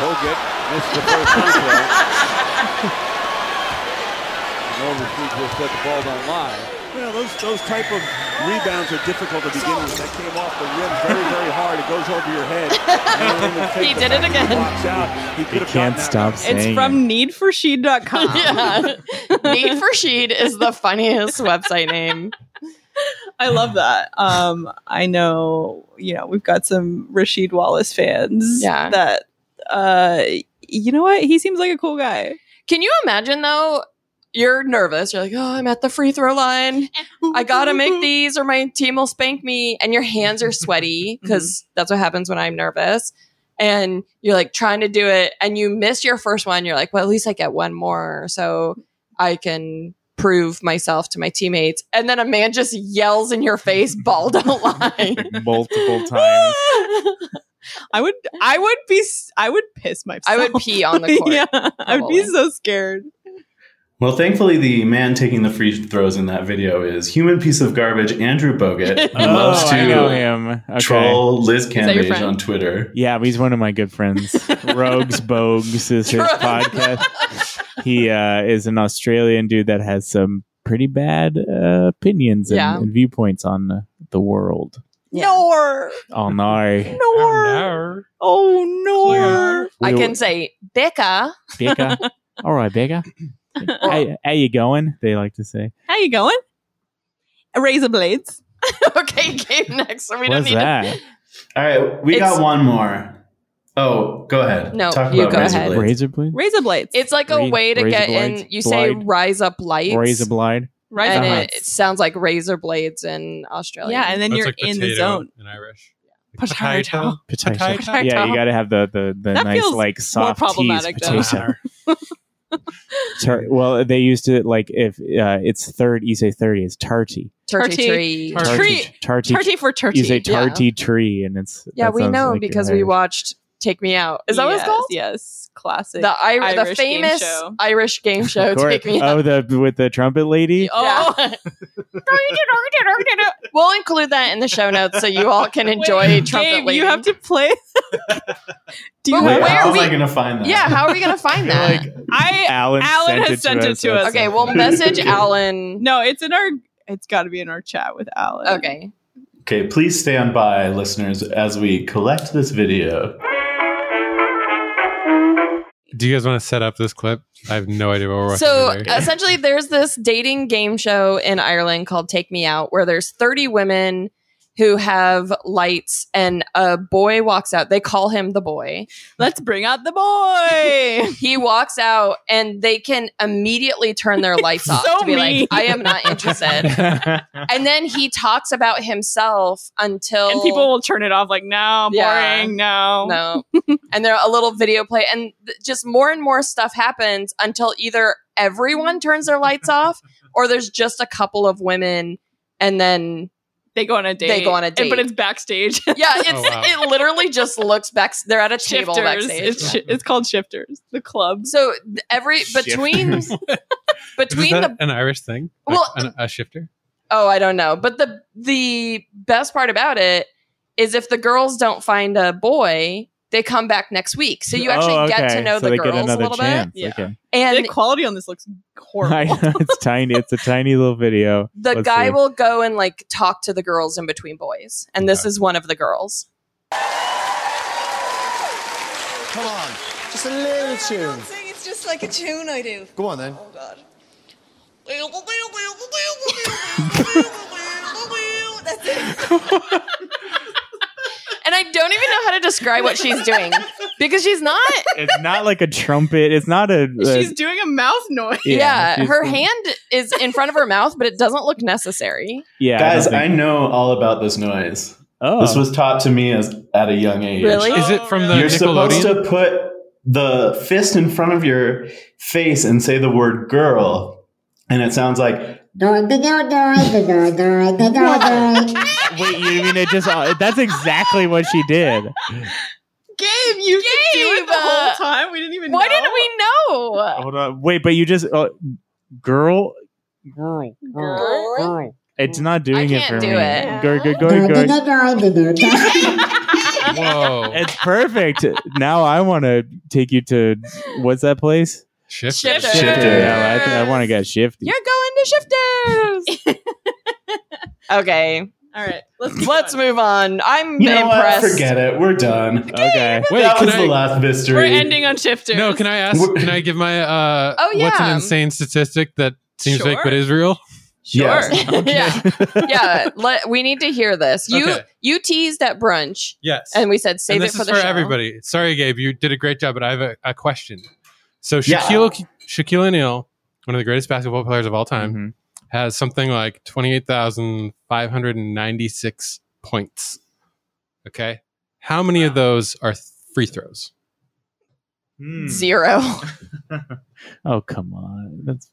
Speaker 9: Bogut missed the first free throw. Norman Creek just let the ball down lie. You know, those, those type of rebounds are difficult to begin with. That came off the rim very, very hard. It goes over your head.
Speaker 1: He did it again.
Speaker 9: Watch out. He,
Speaker 3: He
Speaker 9: could have
Speaker 3: can't
Speaker 9: gotten that.
Speaker 3: stop saying
Speaker 2: It's from needforsheed.com.
Speaker 1: Yeah. Need for Sheed is the funniest website name.
Speaker 2: I love that. Um, I know, you know, we've got some Rashid Wallace fans.
Speaker 1: Yeah.
Speaker 2: That, uh, you know what? He seems like a cool guy.
Speaker 1: Can you imagine though? You're nervous. You're like, oh, I'm at the free throw line. I gotta make these, or my team will spank me. And your hands are sweaty because that's what happens when I'm nervous. And you're like trying to do it, and you miss your first one. You're like, well, at least I get one more, so I can prove myself to my teammates. And then a man just yells in your face, "Ball don't lie."
Speaker 3: it multiple times.
Speaker 2: I would, I would be, s- I would piss myself.
Speaker 1: I would pee on the court.
Speaker 2: yeah, I would be
Speaker 1: probably.
Speaker 2: so scared.
Speaker 5: Well, thankfully, the man taking the free throws in that video is human piece of garbage Andrew Bogut, who
Speaker 3: oh,
Speaker 5: loves
Speaker 3: I know
Speaker 5: to
Speaker 3: him. Okay.
Speaker 5: troll Liz
Speaker 1: your
Speaker 5: Cambage
Speaker 1: friend?
Speaker 5: on Twitter.
Speaker 3: Yeah, he's one of my good friends. Rogues Bogues is his podcast. He uh, is an Australian dude that has some pretty bad uh, opinions and,
Speaker 1: Yeah.
Speaker 3: and viewpoints on the, the world.
Speaker 2: Nor,
Speaker 3: Oh no,
Speaker 2: nor,
Speaker 4: Oh,
Speaker 2: oh nor.
Speaker 1: I can say, Becca.
Speaker 3: Becca. All right, Becca. How, how you going? They like to say.
Speaker 2: How you going? Razor blades.
Speaker 1: okay, game next. So we don't
Speaker 3: What's
Speaker 1: need to
Speaker 3: that?
Speaker 5: All right, we
Speaker 1: It's-
Speaker 5: got one more. Oh, go ahead.
Speaker 1: No, you go
Speaker 5: razor
Speaker 1: ahead.
Speaker 5: blades.
Speaker 3: Razor blade?
Speaker 2: Razor blades.
Speaker 1: It's like a
Speaker 3: Ra-
Speaker 1: way to
Speaker 3: razor
Speaker 1: get in.
Speaker 3: blades?
Speaker 1: You say
Speaker 3: Blade?
Speaker 1: rise up lights.
Speaker 3: Razor blade.
Speaker 2: Razor
Speaker 1: and
Speaker 3: blades.
Speaker 1: it, it sounds like razor blades in Australia.
Speaker 2: yeah, and then
Speaker 4: That's
Speaker 2: you're
Speaker 4: like
Speaker 2: in the
Speaker 4: potato
Speaker 2: zone.
Speaker 4: in Irish.
Speaker 2: Potato.
Speaker 3: Potato.
Speaker 2: Potato.
Speaker 3: Yeah, you got to have the the, the
Speaker 2: That
Speaker 3: nice
Speaker 2: feels
Speaker 3: like soft tease
Speaker 2: problematic, though.
Speaker 3: potato. Tar- well, they used to like if uh, it's third, you say thirty. It's tarty.
Speaker 1: Turkey
Speaker 2: Turkey.
Speaker 1: tree.
Speaker 4: Turkey.
Speaker 2: Tree.
Speaker 3: Tarty.
Speaker 2: Turkey for turkey.
Speaker 3: You say
Speaker 1: yeah.
Speaker 3: tarty tree, and it's
Speaker 1: Yeah,
Speaker 3: that
Speaker 1: we
Speaker 3: sounds
Speaker 1: know
Speaker 3: like
Speaker 1: because we
Speaker 3: Irish.
Speaker 1: watched Take Me Out. Is that what it's
Speaker 2: Yes,
Speaker 1: called?
Speaker 2: Yes, classic.
Speaker 1: The Ir- the
Speaker 2: Irish game
Speaker 1: famous
Speaker 2: show.
Speaker 1: Irish game show.
Speaker 3: Of course.
Speaker 1: Take Me Out.
Speaker 3: Oh, the with the trumpet lady.
Speaker 1: Oh. we'll include that in the show notes so you all can enjoy
Speaker 2: Wait,
Speaker 1: trumpet
Speaker 2: Gabe,
Speaker 1: lady.
Speaker 2: You have to play. Do you
Speaker 1: But
Speaker 5: Wait,
Speaker 2: have-
Speaker 1: where
Speaker 5: how
Speaker 1: are
Speaker 5: was
Speaker 1: we-
Speaker 5: I going to find that?
Speaker 1: yeah, how are we gonna find that?
Speaker 2: I
Speaker 3: Alan,
Speaker 2: Alan
Speaker 3: sent
Speaker 2: has
Speaker 3: it
Speaker 2: sent
Speaker 3: to
Speaker 2: it
Speaker 3: us.
Speaker 2: to us.
Speaker 1: okay, we'll message Alan.
Speaker 2: no. It's in our. It's got to be in our chat with Alan.
Speaker 1: Okay.
Speaker 5: Okay, please stand by, listeners, as we collect this video.
Speaker 4: Do you guys want to set up this clip? I have no idea what we're watching.
Speaker 1: So
Speaker 4: today.
Speaker 1: essentially, there's this dating game show in Ireland called Take Me Out, where there's 30 women who have lights, and a boy walks out. They call him the boy.
Speaker 2: Let's bring out the boy.
Speaker 1: He walks out, and they can immediately turn their lights off
Speaker 2: So
Speaker 1: to be
Speaker 2: mean.
Speaker 1: like, "I am not interested." and then he talks about himself until
Speaker 2: and people will turn it off like, no,
Speaker 1: Yeah.
Speaker 2: boring, no.
Speaker 1: no, and there a little video play, and th- just more and more stuff happens until either everyone turns their lights off, or there's just a couple of women, and then
Speaker 2: They go on a date.
Speaker 1: They go on a
Speaker 2: And-
Speaker 1: date.
Speaker 2: but it's backstage.
Speaker 1: yeah, it's
Speaker 4: Oh, wow.
Speaker 1: it literally just looks back. They're at a table
Speaker 2: shifters.
Speaker 1: backstage.
Speaker 2: It's, shi- it's called shifters. The club.
Speaker 1: so th- every between
Speaker 4: Is
Speaker 1: between
Speaker 4: that
Speaker 1: the
Speaker 4: an Irish thing?
Speaker 1: Well,
Speaker 4: Like an- a shifter.
Speaker 1: oh I don't know, but the the best part about it is if the girls don't find a boy, they come back next week. So you actually
Speaker 3: Oh,
Speaker 1: get
Speaker 3: okay.
Speaker 1: to know the
Speaker 3: so they
Speaker 1: girls
Speaker 3: get
Speaker 1: a
Speaker 3: another
Speaker 1: little
Speaker 3: chance.
Speaker 2: Yeah.
Speaker 3: Okay.
Speaker 1: bit,
Speaker 2: the
Speaker 1: and
Speaker 2: quality on this looks
Speaker 3: I
Speaker 2: horrible.
Speaker 3: know, it's tiny. It's a tiny little video.
Speaker 1: the
Speaker 3: Let's
Speaker 1: guy
Speaker 3: see.
Speaker 1: will go and like talk to the girls in between boys, and this
Speaker 4: Okay.
Speaker 1: is one of the girls.
Speaker 10: Come on, just a little tune.
Speaker 11: sing, it's just like a tune I do.
Speaker 10: Go on then.
Speaker 11: Oh god. That's it.
Speaker 1: And I don't even know how to describe what she's doing because she's not.
Speaker 3: It's not like a trumpet. It's not a. a-
Speaker 2: She's doing a mouth noise.
Speaker 1: Yeah,
Speaker 3: she's-
Speaker 1: her hand is in front of her mouth, but it doesn't look necessary.
Speaker 3: Yeah,
Speaker 5: Guys,
Speaker 3: don't
Speaker 5: I
Speaker 3: think-
Speaker 5: know all about this noise.
Speaker 3: oh,
Speaker 5: This was taught to me as at a young age.
Speaker 1: Really?
Speaker 4: Is it from the
Speaker 5: You're supposed
Speaker 4: Nickelodeon?
Speaker 5: to put the fist in front of your face and say the word girl, and it sounds like.
Speaker 3: wait. You mean it just? uh, That's exactly what she did.
Speaker 2: Gabe, you could do it the
Speaker 1: Gabe,
Speaker 2: whole
Speaker 1: uh,
Speaker 2: time. We didn't even
Speaker 1: Why
Speaker 2: know.
Speaker 1: didn't we know?
Speaker 3: Hold on. Wait, but you just uh, girl, girl, girl, girl. It's not doing
Speaker 1: I
Speaker 3: it for
Speaker 1: can't do
Speaker 3: me.
Speaker 1: it.
Speaker 3: Go, go, go, go.
Speaker 4: Whoa.
Speaker 3: It's perfect. now I want to take you to what's that place?
Speaker 4: Shifter.
Speaker 1: Shifter.
Speaker 5: Shifter.
Speaker 3: Yeah, I, think I want to get shifty.
Speaker 1: You're going to shifters. okay,
Speaker 2: All right, let's move
Speaker 1: let's
Speaker 2: on.
Speaker 1: move on. I'm
Speaker 5: You know what?
Speaker 1: impressed.
Speaker 5: Forget it. We're done.
Speaker 3: Okay.
Speaker 4: Wait,
Speaker 5: that
Speaker 4: can
Speaker 5: was the
Speaker 4: I?
Speaker 5: last mystery.
Speaker 2: We're ending on shifters.
Speaker 4: No, can I ask? Can I give my? Uh,
Speaker 1: Oh,
Speaker 4: What's an
Speaker 1: yeah.
Speaker 4: insane statistic that seems fake
Speaker 2: Sure.
Speaker 4: but is real?
Speaker 5: Yes.
Speaker 1: yeah, yeah. Let, we need to hear this. You
Speaker 4: Okay.
Speaker 1: you teased at brunch,
Speaker 4: Yes.
Speaker 1: and we said save
Speaker 4: and
Speaker 1: it
Speaker 4: this
Speaker 1: for
Speaker 4: is
Speaker 1: the
Speaker 4: for
Speaker 1: show.
Speaker 4: everybody. Sorry, Gabe, you did a great job, but I have a, a question. So
Speaker 5: Yeah.
Speaker 4: Shaquille Shaquille O'Neal, one of the greatest basketball players of all time,
Speaker 3: Mhm.
Speaker 4: has something like twenty eight thousand five hundred and ninety six points. Okay, how many of those are free throws?
Speaker 3: Hmm.
Speaker 1: Zero.
Speaker 3: Oh come on. That's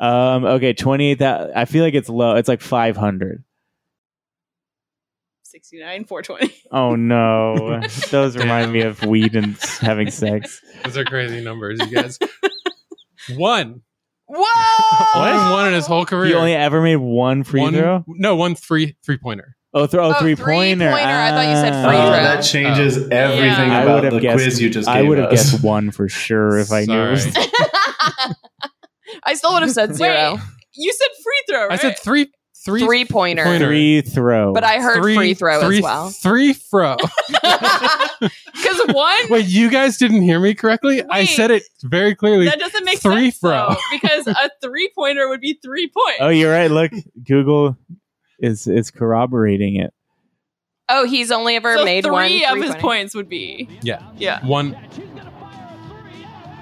Speaker 3: um okay, twenty eight that I feel like it's low. It's like five hundred.
Speaker 2: 69, 420.
Speaker 3: Oh no. Those remind me of weed and having sex.
Speaker 4: Those are crazy numbers, you guys. One,
Speaker 1: Whoa!
Speaker 4: only one in his whole career.
Speaker 3: He only ever made one free
Speaker 4: one,
Speaker 3: throw?
Speaker 4: No, one three three pointer.
Speaker 3: Oh, throw oh,
Speaker 1: Oh,
Speaker 3: three pointer.
Speaker 1: three-pointer. I thought you said
Speaker 5: Oh,
Speaker 1: free
Speaker 3: Ah.
Speaker 1: throw.
Speaker 5: that changes
Speaker 1: Oh.
Speaker 5: everything
Speaker 2: Yeah.
Speaker 3: I would
Speaker 5: about the
Speaker 3: have guessed
Speaker 5: quiz you just gave
Speaker 3: I would have
Speaker 5: us.
Speaker 3: guessed one for sure if I knew. It was,
Speaker 4: Sorry.
Speaker 1: I still would have said zero.
Speaker 2: You said free throw, right?
Speaker 4: I said three three
Speaker 1: Three pointer.
Speaker 4: Pointer.
Speaker 3: three throw.
Speaker 1: But I heard
Speaker 4: three-
Speaker 1: free throw
Speaker 4: three-
Speaker 1: as well.
Speaker 4: Three throw.
Speaker 1: Because one
Speaker 4: Wait, you guys didn't hear me correctly? I
Speaker 2: Wait.
Speaker 4: said it very clearly.
Speaker 2: that doesn't make
Speaker 4: Three
Speaker 2: sense though,
Speaker 4: throw.
Speaker 2: because a three pointer would be three points.
Speaker 3: Oh, you're right. Look, Google is is corroborating it.
Speaker 1: Oh, he's only ever
Speaker 2: So
Speaker 1: made one.
Speaker 2: three of his
Speaker 1: three-pointer.
Speaker 2: points would be.
Speaker 4: Yeah.
Speaker 2: Yeah.
Speaker 4: One.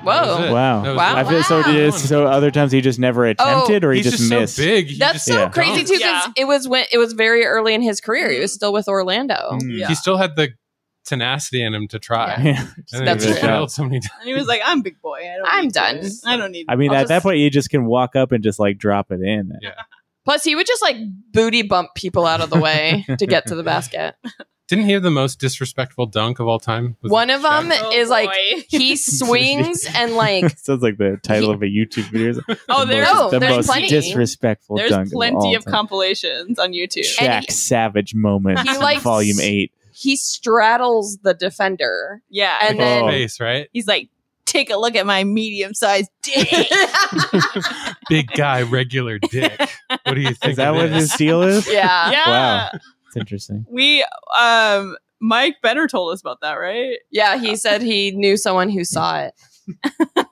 Speaker 1: Whoa.
Speaker 4: That was it.
Speaker 3: Wow.
Speaker 4: That was
Speaker 1: Wow. Oh,
Speaker 3: I
Speaker 4: it.
Speaker 3: feel so. Did, so other times he just never attempted, or he
Speaker 4: He's just,
Speaker 3: just, missed.
Speaker 4: so big. he
Speaker 1: That's
Speaker 4: just-
Speaker 1: so
Speaker 3: Yeah.
Speaker 1: crazy too, because
Speaker 2: Yeah.
Speaker 1: it was when it was very early in his career. He was still with Orlando.
Speaker 3: Mm.
Speaker 2: Yeah.
Speaker 4: He still had the tenacity in him to try.
Speaker 1: Yeah.
Speaker 3: Yeah.
Speaker 4: And
Speaker 1: That's
Speaker 4: he
Speaker 1: true.
Speaker 4: failed so many times.
Speaker 2: And he was like, "I'm big boy. I don't.
Speaker 1: I'm
Speaker 2: need
Speaker 1: done.
Speaker 2: this. I don't need."
Speaker 3: I mean,
Speaker 1: I'll
Speaker 3: at that
Speaker 1: just-
Speaker 3: point, you just can walk up and just like drop it in.
Speaker 1: Plus, he would just like booty bump people out of the way to get to the basket.
Speaker 4: Didn't he have the most disrespectful dunk of all time? Was
Speaker 1: One
Speaker 4: it
Speaker 1: of them
Speaker 4: Shaq?
Speaker 2: Oh,
Speaker 1: is like
Speaker 2: boy.
Speaker 1: he swings and like
Speaker 3: Sounds like the title of a YouTube video.
Speaker 2: Oh,
Speaker 3: the
Speaker 2: there's
Speaker 3: most,
Speaker 1: No,
Speaker 3: the
Speaker 1: there's
Speaker 3: most
Speaker 1: plenty.
Speaker 3: disrespectful
Speaker 2: there's
Speaker 3: dunk of, all
Speaker 2: plenty of
Speaker 3: time.
Speaker 2: compilations on YouTube.
Speaker 1: And
Speaker 3: Shaq
Speaker 1: he-
Speaker 3: Savage moment,
Speaker 1: He likes-
Speaker 3: volume eight.
Speaker 1: he straddles the defender.
Speaker 2: Yeah.
Speaker 1: And
Speaker 4: Like his
Speaker 1: then-
Speaker 4: face, right?
Speaker 2: he's like, "Take a look at my medium-sized dick."
Speaker 4: Big guy, regular dick. What do you think?
Speaker 3: Is that
Speaker 4: of
Speaker 3: what
Speaker 4: this?
Speaker 3: his deal is?
Speaker 1: Yeah.
Speaker 2: yeah.
Speaker 3: Wow. It's interesting.
Speaker 2: We um Mike Benner told us about that, right?
Speaker 1: Yeah, he said he knew someone who saw it.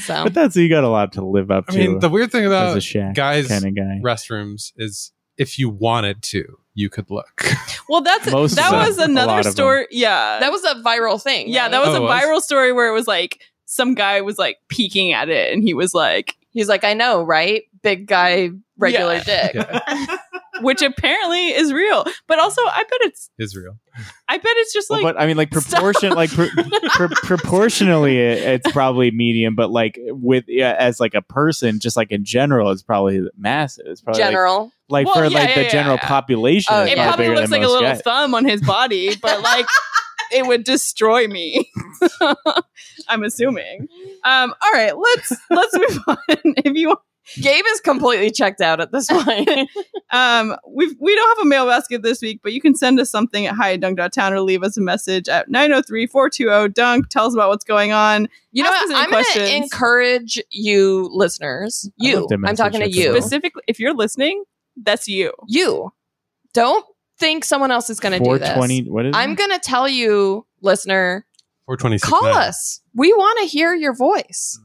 Speaker 1: so
Speaker 3: But that's you got a lot to live up
Speaker 4: I
Speaker 3: to.
Speaker 4: mean, the weird thing
Speaker 3: as a
Speaker 4: about
Speaker 3: Shaq
Speaker 4: guys-
Speaker 3: kind of guy.
Speaker 4: restrooms is if you wanted to, you could look.
Speaker 2: Well, that's
Speaker 3: Most
Speaker 2: that
Speaker 4: of them.
Speaker 2: was
Speaker 3: A
Speaker 2: another
Speaker 3: lot of
Speaker 2: story. Yeah.
Speaker 1: that was a viral thing.
Speaker 2: yeah,
Speaker 1: right?
Speaker 2: that was a
Speaker 4: Oh, it was?
Speaker 2: viral story where it was like some guy was like peeking at it and he was like
Speaker 1: he's like, I know, right? Big guy, regular dick.
Speaker 4: Yeah,
Speaker 2: which apparently is real. But also I bet it's
Speaker 4: Israel.
Speaker 2: I bet it's just like
Speaker 3: Well, but I mean, like
Speaker 2: stop.
Speaker 3: proportion, like pr- pr- proportionally, it, it's probably medium. But like with yeah, as like a person, just like in general, it's probably massive. It's probably like-
Speaker 1: General.
Speaker 3: like,
Speaker 2: Well,
Speaker 3: for
Speaker 2: yeah,
Speaker 3: like the
Speaker 2: yeah,
Speaker 3: general
Speaker 2: yeah.
Speaker 3: population.
Speaker 1: Oh,
Speaker 3: it's
Speaker 2: it
Speaker 1: yeah.
Speaker 2: probably
Speaker 3: bigger
Speaker 2: looks like
Speaker 3: than
Speaker 2: a
Speaker 3: most
Speaker 2: little
Speaker 3: guys.
Speaker 2: thumb on his body, but like it would destroy me. I'm assuming. Um, all right, let's let's move on. If you
Speaker 1: Gabe is completely checked out at this point.
Speaker 2: Um, we've, we don't have a mail basket this week, but you can send us something at hiadunk.town or leave us a message at 903 420 Dunk. Tell us about what's going on.
Speaker 1: You know
Speaker 2: Ask
Speaker 1: what?
Speaker 2: us any
Speaker 1: I'm going
Speaker 2: questions.
Speaker 1: to encourage you listeners.
Speaker 3: I
Speaker 1: You.
Speaker 3: love that
Speaker 1: I'm
Speaker 3: message.
Speaker 1: talking to
Speaker 3: That's
Speaker 1: you.
Speaker 3: awesome.
Speaker 2: Specifically, if you're listening, that's you.
Speaker 1: You. Don't think someone else is going to do this.
Speaker 3: 420. What is
Speaker 1: I'm
Speaker 3: it?
Speaker 1: going to tell you, listener,
Speaker 4: 426.
Speaker 1: call us. We want to hear your voice.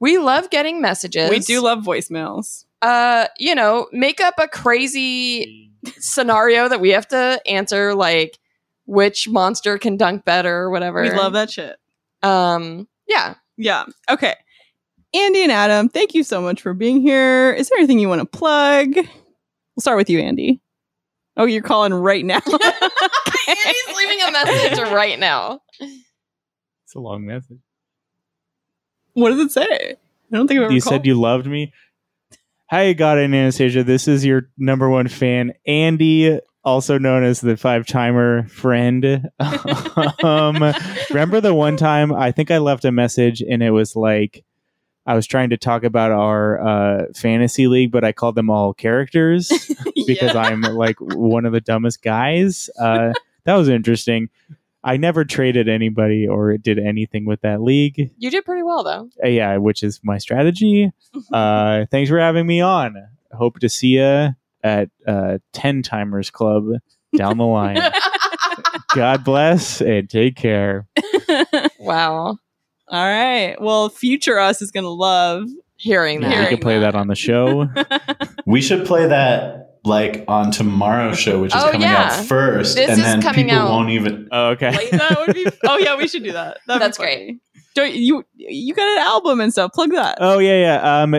Speaker 1: We love getting messages.
Speaker 2: We do love voicemails.
Speaker 1: uh, you know, make up a crazy scenario that we have to answer, like which monster can dunk better or whatever.
Speaker 2: We love that shit.
Speaker 1: Um, yeah.
Speaker 2: Yeah. Okay. Andy and Adam, thank you so much for being here. Is there anything you want to plug? We'll start with you, Andy. Oh, you're calling right now.
Speaker 1: Andy's leaving a message right now.
Speaker 3: It's a long message.
Speaker 2: What does it say? I don't think I've ever
Speaker 3: You
Speaker 2: called.
Speaker 3: said you loved me. Hi, God and Anastasia. This is your number one fan, Andy, also known as the five timer friend. um, remember the one time I think I left a message and it was like I was trying to talk about our uh, fantasy league, but I called them all characters because I'm like one of the dumbest guys. Uh, that was interesting. I never traded anybody or did anything with that league
Speaker 1: You did pretty well though.
Speaker 3: uh, yeah, which is my strategy. Uh, thanks for having me on. Hope to see you at uh, Ten Timers Club down the line. God bless and take care.
Speaker 1: Wow.
Speaker 2: All right. Well, future us is gonna love.
Speaker 1: Hearing that.
Speaker 3: we
Speaker 2: Hearing
Speaker 3: could play that.
Speaker 2: that.
Speaker 3: on the show.
Speaker 5: We should play that like on tomorrow's show, which is
Speaker 1: Oh,
Speaker 5: coming
Speaker 1: yeah.
Speaker 5: out first,
Speaker 1: This
Speaker 5: and
Speaker 1: is
Speaker 5: then
Speaker 1: coming
Speaker 5: people
Speaker 1: out.
Speaker 5: won't even.
Speaker 3: oh, okay.
Speaker 2: that would be. Oh yeah, we should do that. That'd be
Speaker 1: That's
Speaker 2: funny.
Speaker 1: great.
Speaker 2: Don't you? You got an album and stuff. Plug that.
Speaker 3: Oh yeah, yeah. Um,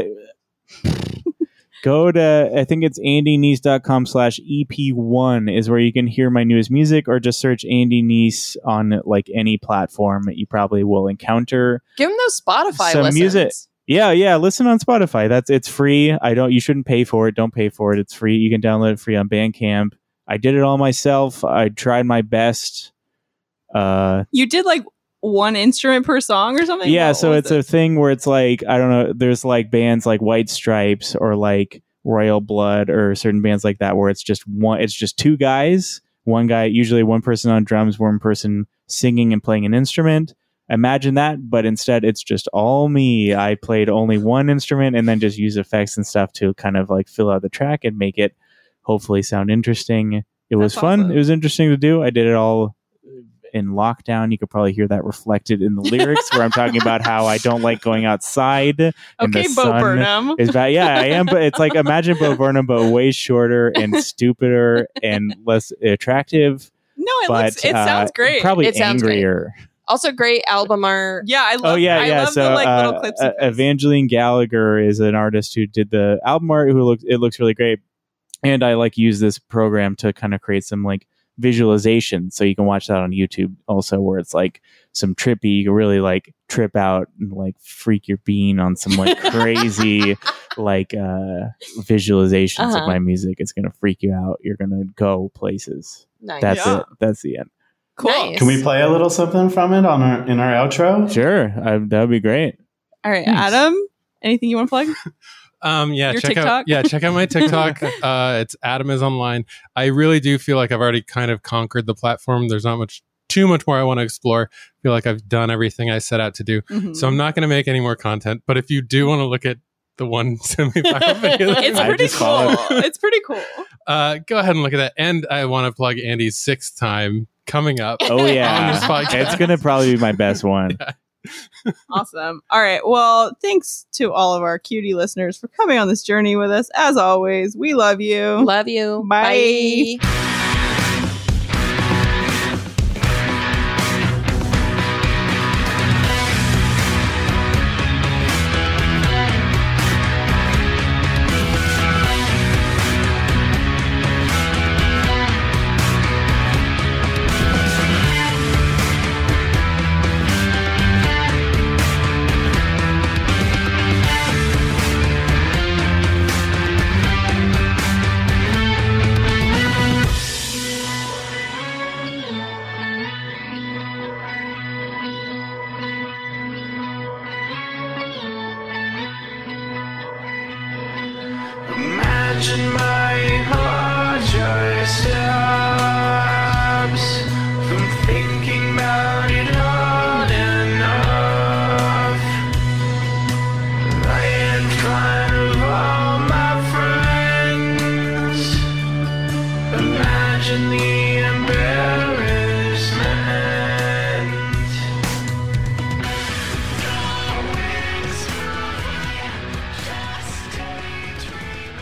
Speaker 3: go to I think it's andyneese.com slash EP1 is where you can hear my newest music, or just search Andy Niece on like any platform you probably will encounter.
Speaker 1: Give him those Spotify
Speaker 3: Some
Speaker 1: listens.
Speaker 3: music. Yeah, yeah. Listen on Spotify. That's it's free. I don't. You shouldn't pay for it. Don't pay for it. It's free. You can download it free on Bandcamp. I did it all myself. I tried my best. Uh,
Speaker 2: You did like one instrument per song or something.
Speaker 3: yeah.
Speaker 2: What
Speaker 3: So
Speaker 2: was
Speaker 3: it's
Speaker 2: it?
Speaker 3: a thing where it's like I don't know. There's like bands like White Stripes or like Royal Blood or certain bands like that where it's just one. It's just two guys. One guy, usually one person on drums, one person singing and playing an instrument. Imagine that, but instead it's just all me. I played only one instrument and then just use effects and stuff to kind of like fill out the track and make it hopefully sound interesting. It was
Speaker 2: That's
Speaker 3: fun.
Speaker 2: awesome.
Speaker 3: It was interesting to do. I did it all in lockdown. You could probably hear that reflected in the lyrics where I'm talking about how I don't like going outside. and
Speaker 2: okay,
Speaker 3: the
Speaker 2: Bo
Speaker 3: sun
Speaker 2: Burnham.
Speaker 3: Is bad. Yeah, I am. But it's like imagine Bo Burnham, but way shorter and stupider and less attractive.
Speaker 2: No, it
Speaker 3: but
Speaker 2: looks. It
Speaker 3: uh,
Speaker 2: sounds great.
Speaker 3: Probably
Speaker 1: It sounds great.
Speaker 3: angrier.
Speaker 1: Also, great album art.
Speaker 2: yeah, I love.
Speaker 3: oh yeah,
Speaker 2: I
Speaker 3: yeah.
Speaker 2: Love
Speaker 3: so
Speaker 2: the, like, little
Speaker 3: uh,
Speaker 2: clips
Speaker 3: uh,
Speaker 2: and clips.
Speaker 3: Evangeline Gallagher is an artist who did the album art. Who looks it looks really great, and I like use this program to kind of create some like visualization, so you can watch that on YouTube also, where it's like some trippy. You can really like trip out and like freak your bean on some like crazy like uh visualizations
Speaker 1: Uh-huh.
Speaker 3: of my music. It's gonna freak you out. You're gonna go places.
Speaker 1: Nice.
Speaker 3: That's
Speaker 2: Yeah.
Speaker 3: it. That's the end.
Speaker 2: Cool.
Speaker 1: Nice.
Speaker 5: Can we play a little something from it on our in our outro?
Speaker 3: Sure, I, that would be great.
Speaker 2: All right,
Speaker 3: Thanks.
Speaker 2: Adam. Anything you want to plug?
Speaker 4: Um, yeah,
Speaker 2: Your
Speaker 4: check
Speaker 2: TikTok?
Speaker 4: out yeah, check out my TikTok. uh, it's Adam is online. I really do feel like I've already kind of conquered the platform. There's not much too much more I want to explore. I feel like I've done everything I set out to do.
Speaker 2: Mm-hmm.
Speaker 4: So
Speaker 2: Mm.
Speaker 4: I'm not going to make any more content. But if you do want to look at the one semi-viral video, that
Speaker 2: it's
Speaker 4: I
Speaker 2: pretty
Speaker 4: just followed,
Speaker 2: cool. it's pretty cool.
Speaker 4: Uh, go ahead and look at that. And I want to plug Andy's sixth time coming up.
Speaker 3: Oh yeah,
Speaker 4: this podcast.
Speaker 3: it's gonna probably be my best one.
Speaker 2: Awesome. All right. Well, thanks to all of our cutie listeners for coming on this journey with us. As always, we love you.
Speaker 1: Love you.
Speaker 2: Bye.
Speaker 1: Bye.
Speaker 10: Imagine my heart just stops from thinking about it hard enough. I am kind of all my friends. Imagine the embarrassment. Always just a dream.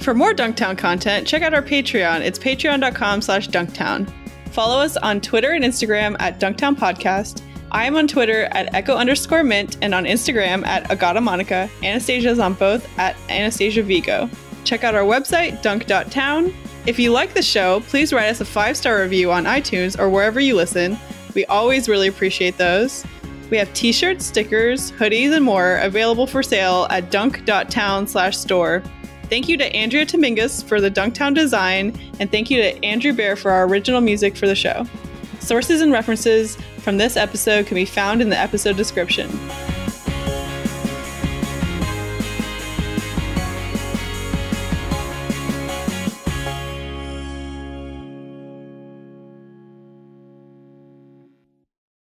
Speaker 2: For more Dunktown content, check out our Patreon. It's patreon.com slash dunktown. Follow us on Twitter and Instagram at Dunktown Podcast. I am on Twitter at echo underscore mint and on Instagram at Agata Monica. Anastasia's on both at Anastasia Vigo. Check out our website, dunk.town. If you like the show, please write us a five star review on iTunes or wherever you listen. We always really appreciate those. We have t-shirts, stickers, hoodies, and more available for sale at dunk.town slash store. Thank you to Andrea Tomingus for the Dunktown design, and thank you to Andrew Bear for our original music for the show. Sources and references from this episode can be found in the episode description.